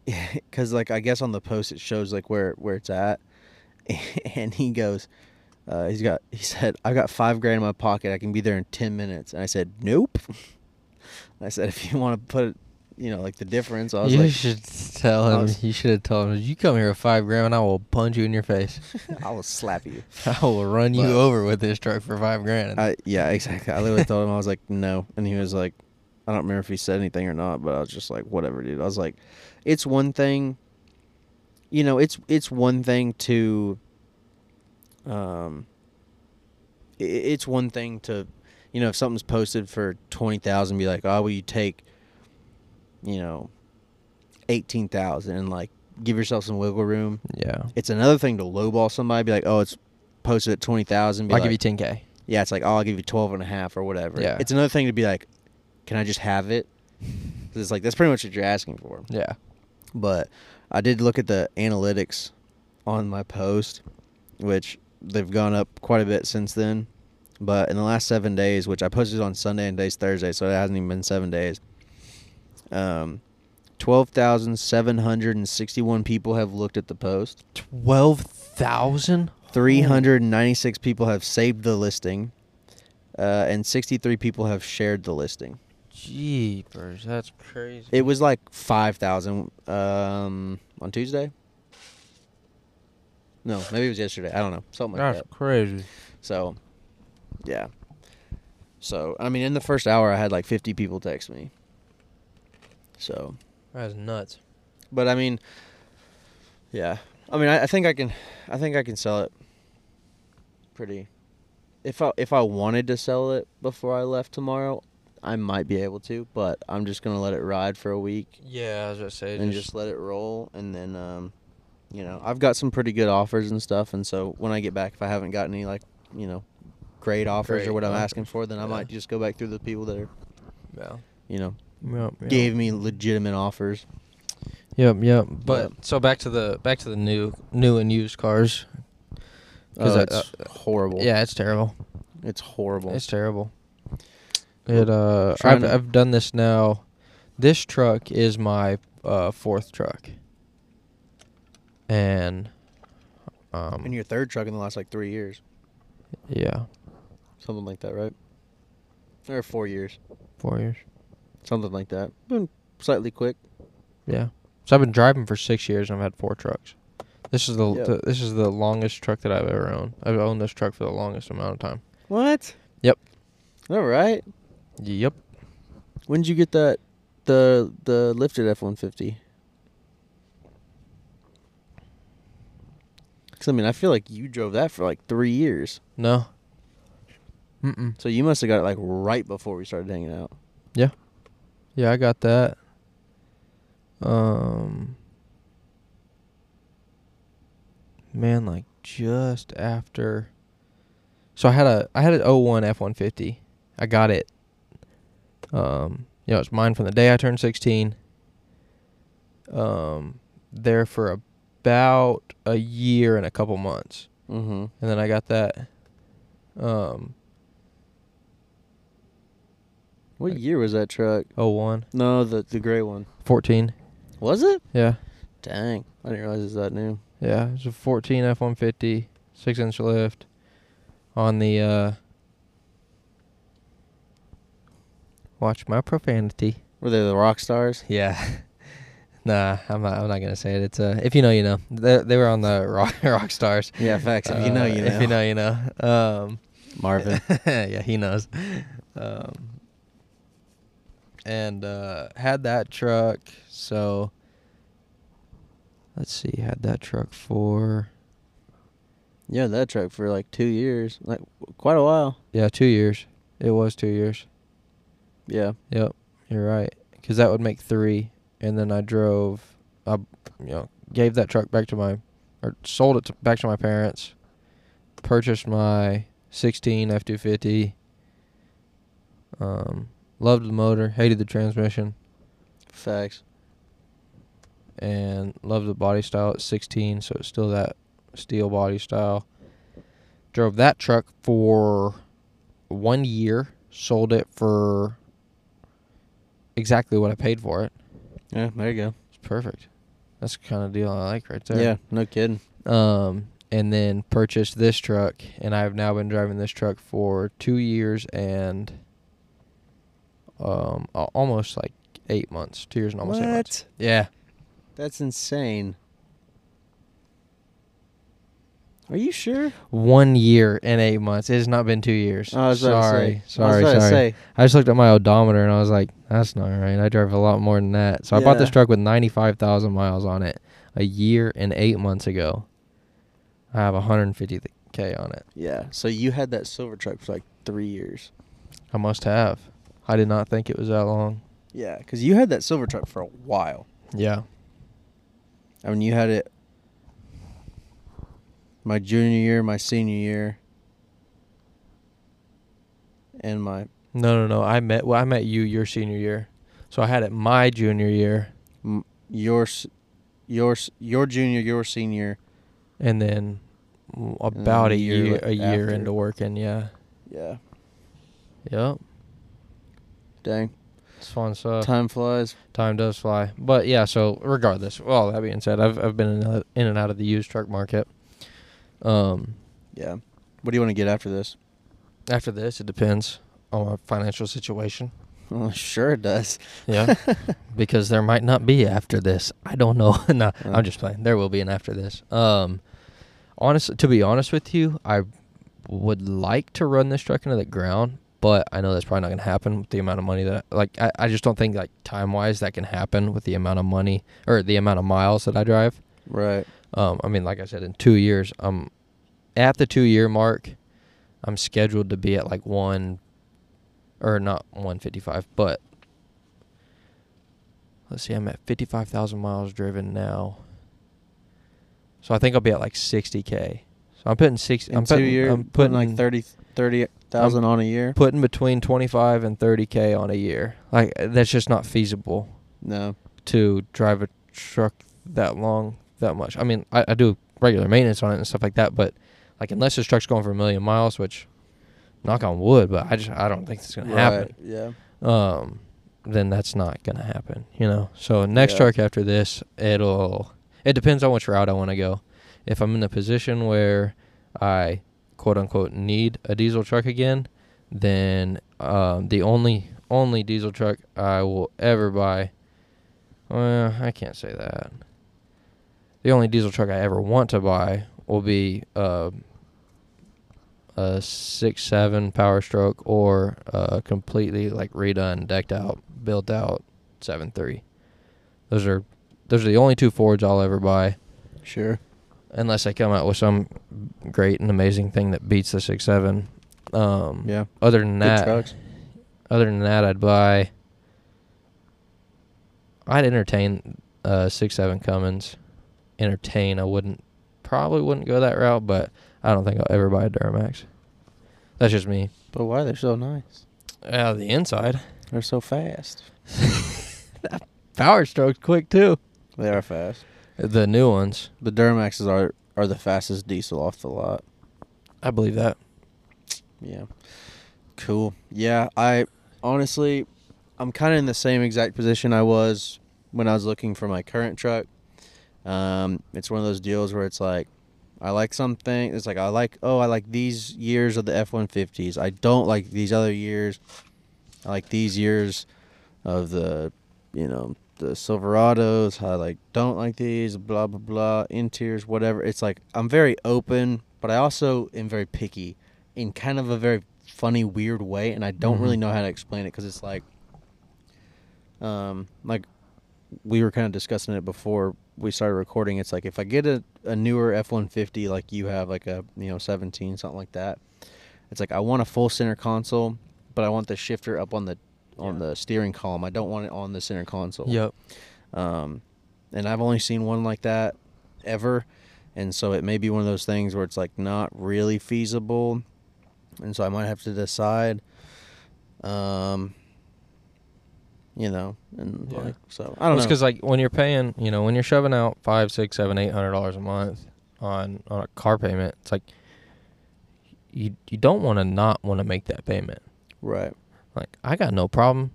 [SPEAKER 2] because like I guess on the post it shows like where where it's at, and he goes, uh, he's got he said I got five grand in my pocket I can be there in ten minutes and I said nope, and I said if you want to put you know like the difference I was
[SPEAKER 1] you
[SPEAKER 2] like
[SPEAKER 1] should tell
[SPEAKER 2] I
[SPEAKER 1] him.
[SPEAKER 2] was-
[SPEAKER 1] you should have told him. You come here with five grand, and I will punch you in your face.
[SPEAKER 2] I will slap you
[SPEAKER 1] I will run you
[SPEAKER 2] But-
[SPEAKER 1] over with this truck for five grand.
[SPEAKER 2] I yeah exactly I literally told him I was like no and he was like I don't remember if he said anything or not but I was just like whatever dude I was like it's one thing you know it's it's one thing to um i- it's one thing to you know if something's posted for 20,000 be like oh will you take you know 18,000 and like give yourself some wiggle room
[SPEAKER 1] yeah,
[SPEAKER 2] it's another thing to lowball somebody be like oh it's posted at 20,000 be
[SPEAKER 1] I'll
[SPEAKER 2] like
[SPEAKER 1] give you ten k.
[SPEAKER 2] yeah, it's like, oh, I'll give you 12 and a half or whatever.
[SPEAKER 1] Yeah.
[SPEAKER 2] It's another thing to be like, can I just have it? 'Cause it's like, that's pretty much what you're asking for.
[SPEAKER 1] Yeah,
[SPEAKER 2] But I did look at the analytics on my post, which they've gone up quite a bit since then. But in the last seven days, which I posted on Sunday and today's Thursday, so it hasn't even been seven days, um, 12,761 people have looked at the post.
[SPEAKER 1] twelve thousand.
[SPEAKER 2] 396 people have saved the listing, uh, and 63 people have shared the listing.
[SPEAKER 1] Jeepers, that's crazy.
[SPEAKER 2] It was like 5,000 um, on Tuesday. No, maybe it was yesterday. I don't know. Something like
[SPEAKER 1] that's
[SPEAKER 2] that.
[SPEAKER 1] crazy.
[SPEAKER 2] So, yeah. So, I mean, in the first hour, I had like 50 people text me. So,
[SPEAKER 1] That's nuts.
[SPEAKER 2] but I mean, yeah. I mean, I, I think I can, I think I can sell it. Pretty, if I if I wanted to sell it before I left tomorrow, I might be able to. But I'm just gonna let it ride for a week
[SPEAKER 1] Yeah, I was gonna say.
[SPEAKER 2] and just let it roll, and then, um, you know, I've got some pretty good offers and stuff. And so when I get back, if I haven't got any like, you know, great offers
[SPEAKER 1] Great
[SPEAKER 2] or what I'm
[SPEAKER 1] offers,
[SPEAKER 2] asking for, then I
[SPEAKER 1] yeah.
[SPEAKER 2] might just go back through the people that are,
[SPEAKER 1] yeah.
[SPEAKER 2] you know,
[SPEAKER 1] Yep, yep.
[SPEAKER 2] gave me legitimate offers.
[SPEAKER 1] Yep, yep. But
[SPEAKER 2] Yep.
[SPEAKER 1] so back to the back to the new new and used cars. 'Cause uh,
[SPEAKER 2] Oh,
[SPEAKER 1] I-
[SPEAKER 2] it's horrible.
[SPEAKER 1] Yeah, it's terrible.
[SPEAKER 2] it's horrible.
[SPEAKER 1] It's terrible. It uh,
[SPEAKER 2] trying
[SPEAKER 1] I've
[SPEAKER 2] to-
[SPEAKER 1] I've done this now. This truck is my uh fourth truck. And um
[SPEAKER 2] in your third truck in the last like three years,
[SPEAKER 1] yeah,
[SPEAKER 2] something like that, right? Or four years,
[SPEAKER 1] four years.
[SPEAKER 2] something like that. Been slightly quick.
[SPEAKER 1] Yeah. So I've been driving for six years and I've had four trucks. This is the,
[SPEAKER 2] Yeah.
[SPEAKER 1] the this is the longest truck that I've ever owned. I've owned this truck for the longest amount of time.
[SPEAKER 2] What?
[SPEAKER 1] Yep.
[SPEAKER 2] All right.
[SPEAKER 1] Yep.
[SPEAKER 2] When did you get that? The the lifted F one fifty. Cause I mean, I feel like you drove that for like three years.
[SPEAKER 1] No. Mm.
[SPEAKER 2] So you must have got it like right before we started hanging out.
[SPEAKER 1] Yeah, I got that. Um. Man, like just after. So I had a I had an 01 F one fifty. I got it. Um, you know, it's mine from the day I turned sixteen. Um, there for about a year and a couple months
[SPEAKER 2] Mm-hmm.
[SPEAKER 1] and then I got that. Um,
[SPEAKER 2] What year was that truck?
[SPEAKER 1] 01,
[SPEAKER 2] No, the the gray one.
[SPEAKER 1] 14.
[SPEAKER 2] Was it?
[SPEAKER 1] Yeah,
[SPEAKER 2] Dang, I didn't realize it was that new.
[SPEAKER 1] yeah. It's a 14 F 150, six inch lift on the. uh Watch my profanity.
[SPEAKER 2] Were they the rock stars?
[SPEAKER 1] Yeah. Nah, I'm not. I'm not gonna say it. It's uh, if you know, you know. They, they were on the rock, rock stars.
[SPEAKER 2] Yeah, facts. If you
[SPEAKER 1] Uh,
[SPEAKER 2] know, you know.
[SPEAKER 1] If you know, you know. Um,
[SPEAKER 2] Marvin.
[SPEAKER 1] yeah, he knows. Um, and uh, had that truck. So let's see, had that truck for
[SPEAKER 2] yeah, that truck for like two years, like w- quite a while.
[SPEAKER 1] yeah two years. It was two years.
[SPEAKER 2] Yeah.
[SPEAKER 1] Yep, you're right. Because that would make three, and then I drove. I you know gave that truck back to my, or sold it to, back to my parents. Purchased my 16 F 250. Um, loved the motor, hated the transmission.
[SPEAKER 2] Facts.
[SPEAKER 1] and loved the body style at 16, so it's still that steel body style. Drove that truck for one year, sold it for exactly what I paid for it.
[SPEAKER 2] Yeah, there you go.
[SPEAKER 1] It's perfect. That's the kind of deal I like right there.
[SPEAKER 2] Yeah, no kidding.
[SPEAKER 1] um, and then purchased this truck, and I've now been driving this truck for two years and um, a- almost like eight months, two years and almost eight months. Yeah,
[SPEAKER 2] That's insane. Are you sure?
[SPEAKER 1] one year and eight months. It has not been two years.
[SPEAKER 2] I was about to
[SPEAKER 1] sorry,
[SPEAKER 2] say-
[SPEAKER 1] sorry,
[SPEAKER 2] I was about to
[SPEAKER 1] sorry.
[SPEAKER 2] say,
[SPEAKER 1] I just looked at my odometer and I was like, that's not right. I drive a lot more than that. So I bought this
[SPEAKER 2] Yeah.
[SPEAKER 1] truck with 95,000 miles on it a year and eight months ago. I have 150K on it.
[SPEAKER 2] Yeah. So you had that silver truck for like three years.
[SPEAKER 1] I must have. I did not think it was that long.
[SPEAKER 2] Yeah, because you had that silver truck for a while.
[SPEAKER 1] Yeah.
[SPEAKER 2] I mean, you had it my junior year, my senior year, and my
[SPEAKER 1] No, no, no. I met well, I met you your senior year. So I had it my junior year
[SPEAKER 2] m- your s- your s- your junior, your senior.
[SPEAKER 1] and then mm,
[SPEAKER 2] then
[SPEAKER 1] about
[SPEAKER 2] a
[SPEAKER 1] a
[SPEAKER 2] year
[SPEAKER 1] year,
[SPEAKER 2] like
[SPEAKER 1] a year
[SPEAKER 2] after.
[SPEAKER 1] into working, yeah.
[SPEAKER 2] Yeah.
[SPEAKER 1] Yep.
[SPEAKER 2] Dang.
[SPEAKER 1] It's fun stuff.
[SPEAKER 2] Time flies.
[SPEAKER 1] Time does fly, but yeah. So regardless, well, all that being said, I've I've been in, and- in and out of the used truck market. Um,
[SPEAKER 2] Yeah. What do you want to get after this?
[SPEAKER 1] after this, it depends on my financial situation.
[SPEAKER 2] Oh, sure it does.
[SPEAKER 1] Yeah, because there might not be after this. I don't know. no,
[SPEAKER 2] Uh.
[SPEAKER 1] I'm just playing. There will be an after this. Um, honestly, to be honest with you, I would like to run this truck into the ground, but I know that's probably not going to happen with the amount of money that like I, I just don't think like time wise that can happen with the amount of money or the amount of miles that I drive.
[SPEAKER 2] Right.
[SPEAKER 1] Um, I mean, like I said, in two years, I'm at the two year mark. I'm scheduled to be at like one, or not 155, but let's see, I'm at 55,000 miles driven now. So I think I'll be at like 60k. So I'm putting 60.
[SPEAKER 2] In
[SPEAKER 1] I'm
[SPEAKER 2] two
[SPEAKER 1] putting,
[SPEAKER 2] year,
[SPEAKER 1] I'm putting
[SPEAKER 2] like 30 30,000 on a year.
[SPEAKER 1] Putting between 25 and 30k on a year. Like uh, that's just not feasible
[SPEAKER 2] no.
[SPEAKER 1] to drive a truck that long that much. I mean, I, I do regular maintenance on it and stuff like that, but like unless this truck's going for a million miles, which knock on wood, but I just I don't think it's gonna happen.
[SPEAKER 2] Right, Yeah.
[SPEAKER 1] Um, then that's not gonna happen, you know. So next
[SPEAKER 2] Yeah.
[SPEAKER 1] truck after this, it'll it depends on which route I want to go. If I'm in the position where I quote unquote need a diesel truck again, then um, the only only diesel truck I will ever buy. Well, I can't say that. The only diesel truck I ever want to buy will be uh, a six seven Power Stroke or a completely like redone, decked out, built out seven three. Those are those are the only two Fords I'll ever buy
[SPEAKER 2] Sure.
[SPEAKER 1] unless they come out with some great and amazing thing that beats the six seven. Um,
[SPEAKER 2] Yeah.
[SPEAKER 1] Other than
[SPEAKER 2] Good
[SPEAKER 1] that,
[SPEAKER 2] trucks.
[SPEAKER 1] other than that, I'd buy. I'd entertain uh six seven Cummins. Entertain. I wouldn't. Probably wouldn't go that route, but I don't think I'll ever buy a Duramax. That's just me.
[SPEAKER 2] But why they're so nice?
[SPEAKER 1] Uh, the inside
[SPEAKER 2] They're so fast.
[SPEAKER 1] power strokes quick too.
[SPEAKER 2] They are fast.
[SPEAKER 1] The new ones,
[SPEAKER 2] The Duramaxes are are the fastest diesel off the lot.
[SPEAKER 1] I believe that.
[SPEAKER 2] Yeah. Cool. Yeah, I honestly I'm kind of in the same exact position I was when I was looking for my current truck. Um, it's one of those deals where it's like I like something. It's like I like oh, I like these years of the F150s. I don't like these other years. I like these years of the, you know, the Silverados. I like don't like these blah blah blah interiors whatever. It's like I'm very open, but I also am very picky in kind of a very funny weird way and I don't
[SPEAKER 1] Mhm.
[SPEAKER 2] really know how to explain it cuz it's like um like we were kind of discussing it before we started recording. It's like if I get a, a newer F one fifty like you have, like a you know seventeen something like that, it's like I want a full center console, but I want the shifter up on the on the steering column. I don't want it on the center console.
[SPEAKER 1] Yep.
[SPEAKER 2] Um, and I've only seen one like that ever, and so it may be one of those things where it's like not really feasible, and so I might have to decide. Um, you know, and
[SPEAKER 1] Yeah.
[SPEAKER 2] like so I don't know.
[SPEAKER 1] because like when you're paying, you know, when you're shoving out five, six, seven, eight hundred dollars a month on on a car payment, it's like you you don't want to not want to make that payment.
[SPEAKER 2] Right.
[SPEAKER 1] Like I got no problem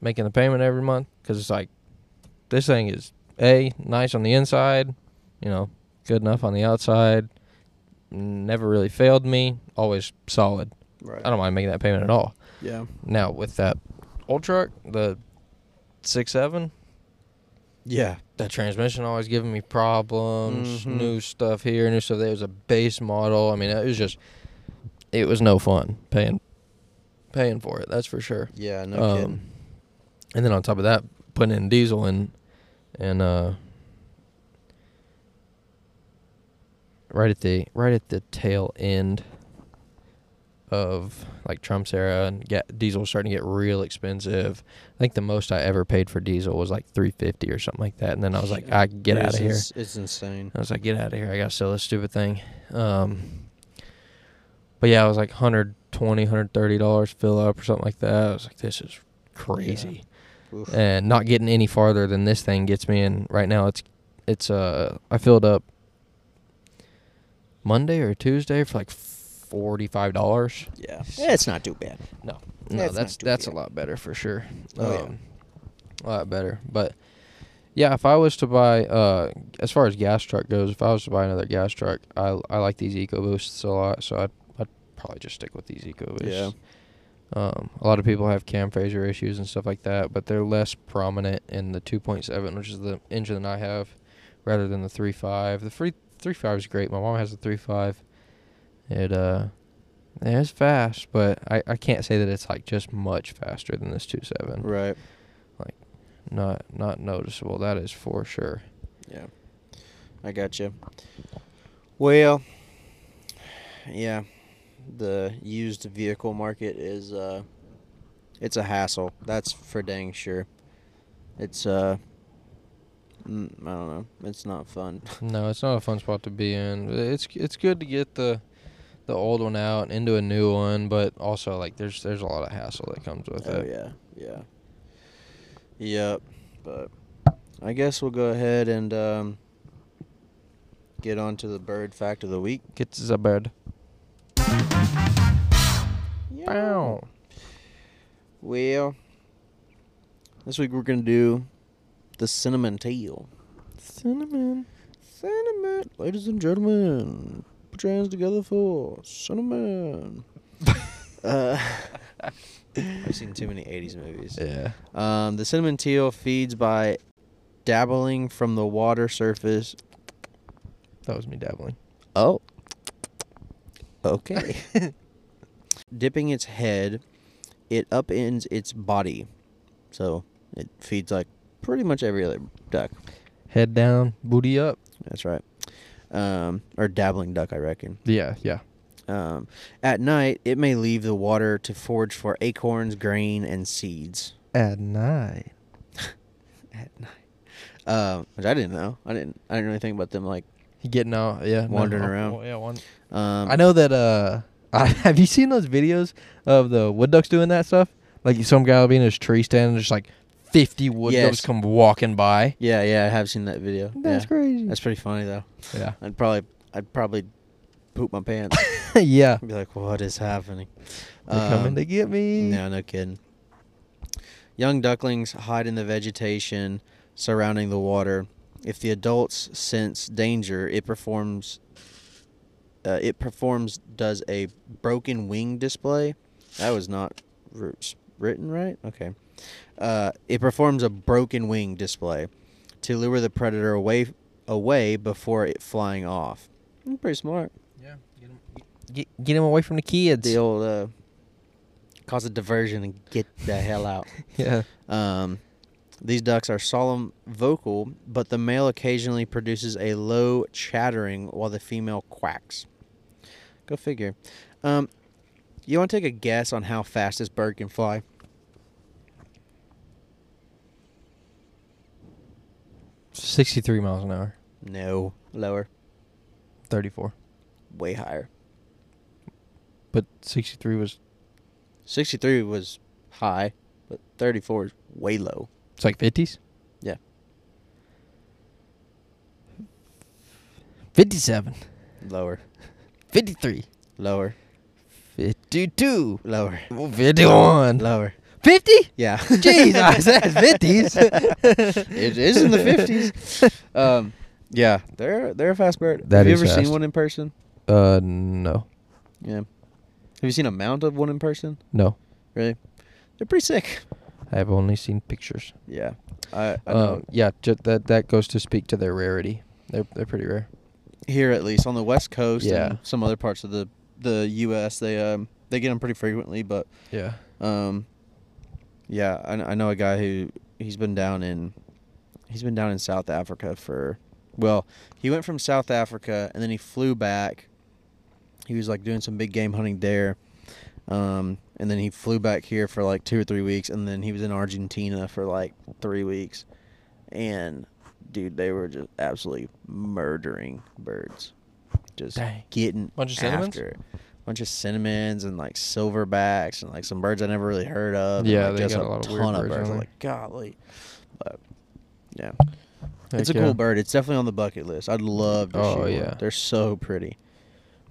[SPEAKER 1] making the payment every month because it's like this thing is A, nice on the inside, you know, good enough on the outside. Never really failed me. Always solid.
[SPEAKER 2] Right.
[SPEAKER 1] I don't mind making that payment at all.
[SPEAKER 2] Yeah.
[SPEAKER 1] Now with that old truck, the six seven,
[SPEAKER 2] Yeah.
[SPEAKER 1] the transmission always giving me problems.
[SPEAKER 2] Mhm.
[SPEAKER 1] New stuff here, new stuff there. It was a base model. I mean, it was just, it was no fun paying, paying for it. That's for sure.
[SPEAKER 2] Yeah. No
[SPEAKER 1] Um,
[SPEAKER 2] kidding.
[SPEAKER 1] And then on top of that, putting in diesel and and uh, right at the right at the tail end of like Trump's era and get diesel was starting to get real expensive. I think the most I ever paid for diesel was like three fifty or something like that. And then I was like, I can get
[SPEAKER 2] It
[SPEAKER 1] out
[SPEAKER 2] is
[SPEAKER 1] of here.
[SPEAKER 2] ins- It's insane.
[SPEAKER 1] I was like, get out of here. I got to sell this stupid thing. Um, but yeah, I was like 120 $130 fill up or something like that. I was like, this is crazy.
[SPEAKER 2] Oof.
[SPEAKER 1] And not getting any farther than this thing gets me in. Right now, it's, it's, uh, I filled up Monday or Tuesday for like $45.
[SPEAKER 2] yeah. Yeah, It's not too bad.
[SPEAKER 1] No,
[SPEAKER 2] Yeah,
[SPEAKER 1] no,
[SPEAKER 2] it's not
[SPEAKER 1] that's
[SPEAKER 2] too
[SPEAKER 1] that's a
[SPEAKER 2] bad.
[SPEAKER 1] lot better for sure. Um,
[SPEAKER 2] Oh, yeah.
[SPEAKER 1] a lot better. But yeah, if I was to buy, uh, as far as gas truck goes, if I was to buy another gas truck, I I like these EcoBoosts a lot, so I'd I'd probably just stick with these EcoBoosts.
[SPEAKER 2] Yeah.
[SPEAKER 1] Um, a lot of people have cam phaser issues and stuff like that, but they're less prominent in the 2.7, which is the engine that I have, rather than the 3.5. The free 3.5 is great. My mom has a 3.5. It uh, it's fast, but I, I can't say that it's like just much faster than this 2.7.
[SPEAKER 2] Right.
[SPEAKER 1] Not not noticeable. That is for sure.
[SPEAKER 2] Yeah. I got you. Well, yeah. The used vehicle market is uh it's a hassle. That's for dang sure. It's uh mm, I don't know. It's not fun.
[SPEAKER 1] No, it's not a fun spot to be in. It's it's good to get the the old one out and into a new one, but also like there's there's a lot of hassle that comes with
[SPEAKER 2] oh
[SPEAKER 1] it.
[SPEAKER 2] yeah. Yeah. Yep. But I guess we'll go ahead and um get on to the bird fact of the week.
[SPEAKER 1] Gets a bird. Bow.
[SPEAKER 2] Well, this week we're gonna do the cinnamon tail.
[SPEAKER 1] Cinnamon.
[SPEAKER 2] Cinnamon, ladies and gentlemen, put your hands together for cinnamon. uh, I've seen too many '80s movies.
[SPEAKER 1] Yeah.
[SPEAKER 2] Um, the cinnamon teal feeds by dabbling from the water surface.
[SPEAKER 1] That was me dabbling.
[SPEAKER 2] Oh, okay. Dipping its head, it upends its body, so it feeds like pretty much every other duck.
[SPEAKER 1] Head down, booty up.
[SPEAKER 2] That's right. Um, or dabbling duck, I reckon.
[SPEAKER 1] Yeah, yeah.
[SPEAKER 2] Um, at night, it may leave the water to forage for acorns, grain, and seeds.
[SPEAKER 1] At night.
[SPEAKER 2] At night, um, which I didn't know. I didn't. I didn't really think about them. Like,
[SPEAKER 1] He getting out, yeah, no,
[SPEAKER 2] Wandering
[SPEAKER 1] oh,
[SPEAKER 2] around.
[SPEAKER 1] oh, yeah, one.
[SPEAKER 2] um,
[SPEAKER 1] I know that. Uh, I, have you seen those videos of the wood ducks doing that stuff? Like some guy will be in his tree stand and just like fifty wood ducks
[SPEAKER 2] Yes.
[SPEAKER 1] come walking by.
[SPEAKER 2] Yeah, yeah, I have seen that video.
[SPEAKER 1] That's
[SPEAKER 2] yeah.
[SPEAKER 1] crazy.
[SPEAKER 2] That's pretty funny though.
[SPEAKER 1] yeah,
[SPEAKER 2] I'd probably, I'd probably poop my pants.
[SPEAKER 1] yeah.
[SPEAKER 2] I'd be like, what is happening? Um,
[SPEAKER 1] They're coming to get me.
[SPEAKER 2] No, no kidding. Young ducklings hide in the vegetation surrounding the water. If the adults sense danger, it performs. Uh, it performs does a broken wing display. That was not wr- written right. Okay. Uh, it performs a broken wing display to lure the predator away away before it flying off. Mm, Pretty smart.
[SPEAKER 1] Yeah, get him, get, get him away from the kids.
[SPEAKER 2] The old uh, cause a diversion and get the hell out.
[SPEAKER 1] Yeah,
[SPEAKER 2] Um, these ducks are solemn vocal, but the male occasionally produces a low chattering while the female quacks. Go figure. Um, you want to take a guess on how fast this bird can fly?
[SPEAKER 1] sixty-three miles an hour,
[SPEAKER 2] No, lower,
[SPEAKER 1] thirty-four,
[SPEAKER 2] way higher.
[SPEAKER 1] but sixty-three was
[SPEAKER 2] 63 was high, but 34 is way low.
[SPEAKER 1] it's like fifties.
[SPEAKER 2] Yeah.
[SPEAKER 1] Fifty-seven.
[SPEAKER 2] Lower,
[SPEAKER 1] 53,
[SPEAKER 2] lower,
[SPEAKER 1] 52,
[SPEAKER 2] lower,
[SPEAKER 1] 51,
[SPEAKER 2] lower,
[SPEAKER 1] Fifty?
[SPEAKER 2] Yeah. Jeez, I was at fifties. it is in the fifties. Um, yeah, they're they're a fast bird.
[SPEAKER 1] That
[SPEAKER 2] Have you
[SPEAKER 1] is
[SPEAKER 2] ever
[SPEAKER 1] fast.
[SPEAKER 2] seen one in person?
[SPEAKER 1] Uh, no,
[SPEAKER 2] Yeah. Have you seen a mount of one in person?
[SPEAKER 1] no.
[SPEAKER 2] Really? They're pretty sick.
[SPEAKER 1] I've only seen pictures.
[SPEAKER 2] Yeah. I, I
[SPEAKER 1] Uh,
[SPEAKER 2] know.
[SPEAKER 1] yeah, ju- that that goes to speak to their rarity. They're they're pretty rare.
[SPEAKER 2] Here at least on the West Coast
[SPEAKER 1] Yeah.
[SPEAKER 2] and some other parts of the the U.S. They um they get them pretty frequently, but
[SPEAKER 1] Yeah.
[SPEAKER 2] um yeah I, kn- I know a guy who he's been down in he's been down in South Africa for well he went from South Africa and then he flew back he was like doing some big game hunting there um and then he flew back here for like two or three weeks and then he was in Argentina for like three weeks and dude they were just absolutely murdering birds just
[SPEAKER 1] Dang.
[SPEAKER 2] getting
[SPEAKER 1] Bunch of cinnamons?
[SPEAKER 2] after it bunch of cinnamons and like silverbacks and like some birds I never really heard of. and,
[SPEAKER 1] Yeah,
[SPEAKER 2] like,
[SPEAKER 1] they
[SPEAKER 2] just
[SPEAKER 1] got a
[SPEAKER 2] a,
[SPEAKER 1] lot of
[SPEAKER 2] ton
[SPEAKER 1] weird
[SPEAKER 2] of
[SPEAKER 1] birds
[SPEAKER 2] birds.
[SPEAKER 1] on
[SPEAKER 2] I'm
[SPEAKER 1] there.
[SPEAKER 2] Like golly, but yeah,
[SPEAKER 1] Heck
[SPEAKER 2] it's a
[SPEAKER 1] yeah.
[SPEAKER 2] cool bird. It's definitely on the bucket list. I'd love to
[SPEAKER 1] Oh,
[SPEAKER 2] shoot
[SPEAKER 1] yeah.
[SPEAKER 2] one. They're so pretty.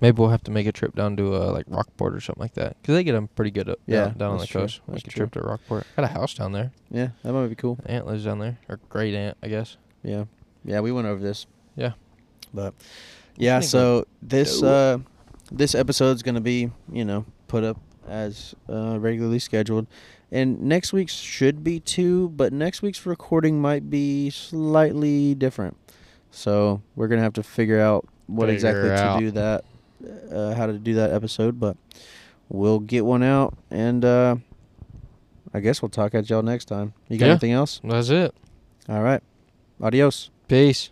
[SPEAKER 1] Maybe we'll have to make a trip down to uh, like Rockport or something like that. Cause they get them pretty good up
[SPEAKER 2] Yeah,
[SPEAKER 1] down, down on the
[SPEAKER 2] that's true,
[SPEAKER 1] coast. Make
[SPEAKER 2] that's
[SPEAKER 1] a trip to Rockport. Got a house down there.
[SPEAKER 2] Yeah, that might be cool.
[SPEAKER 1] Aunt lives down there, or great aunt, I guess.
[SPEAKER 2] Yeah, yeah, we went over this,
[SPEAKER 1] Yeah.
[SPEAKER 2] but yeah.
[SPEAKER 1] think
[SPEAKER 2] So this
[SPEAKER 1] do it.
[SPEAKER 2] uh, this episode's gonna be you know put up as uh, regularly scheduled, and next week's should be two, but next week's recording might be slightly different. So we're gonna have to figure out what
[SPEAKER 1] Figure
[SPEAKER 2] exactly
[SPEAKER 1] out.
[SPEAKER 2] to do that, uh, how to do that episode, but we'll get one out, and uh, I guess we'll talk at y'all next time. You got
[SPEAKER 1] Yeah.
[SPEAKER 2] anything else?
[SPEAKER 1] That's it.
[SPEAKER 2] All right, adios.
[SPEAKER 1] Peace.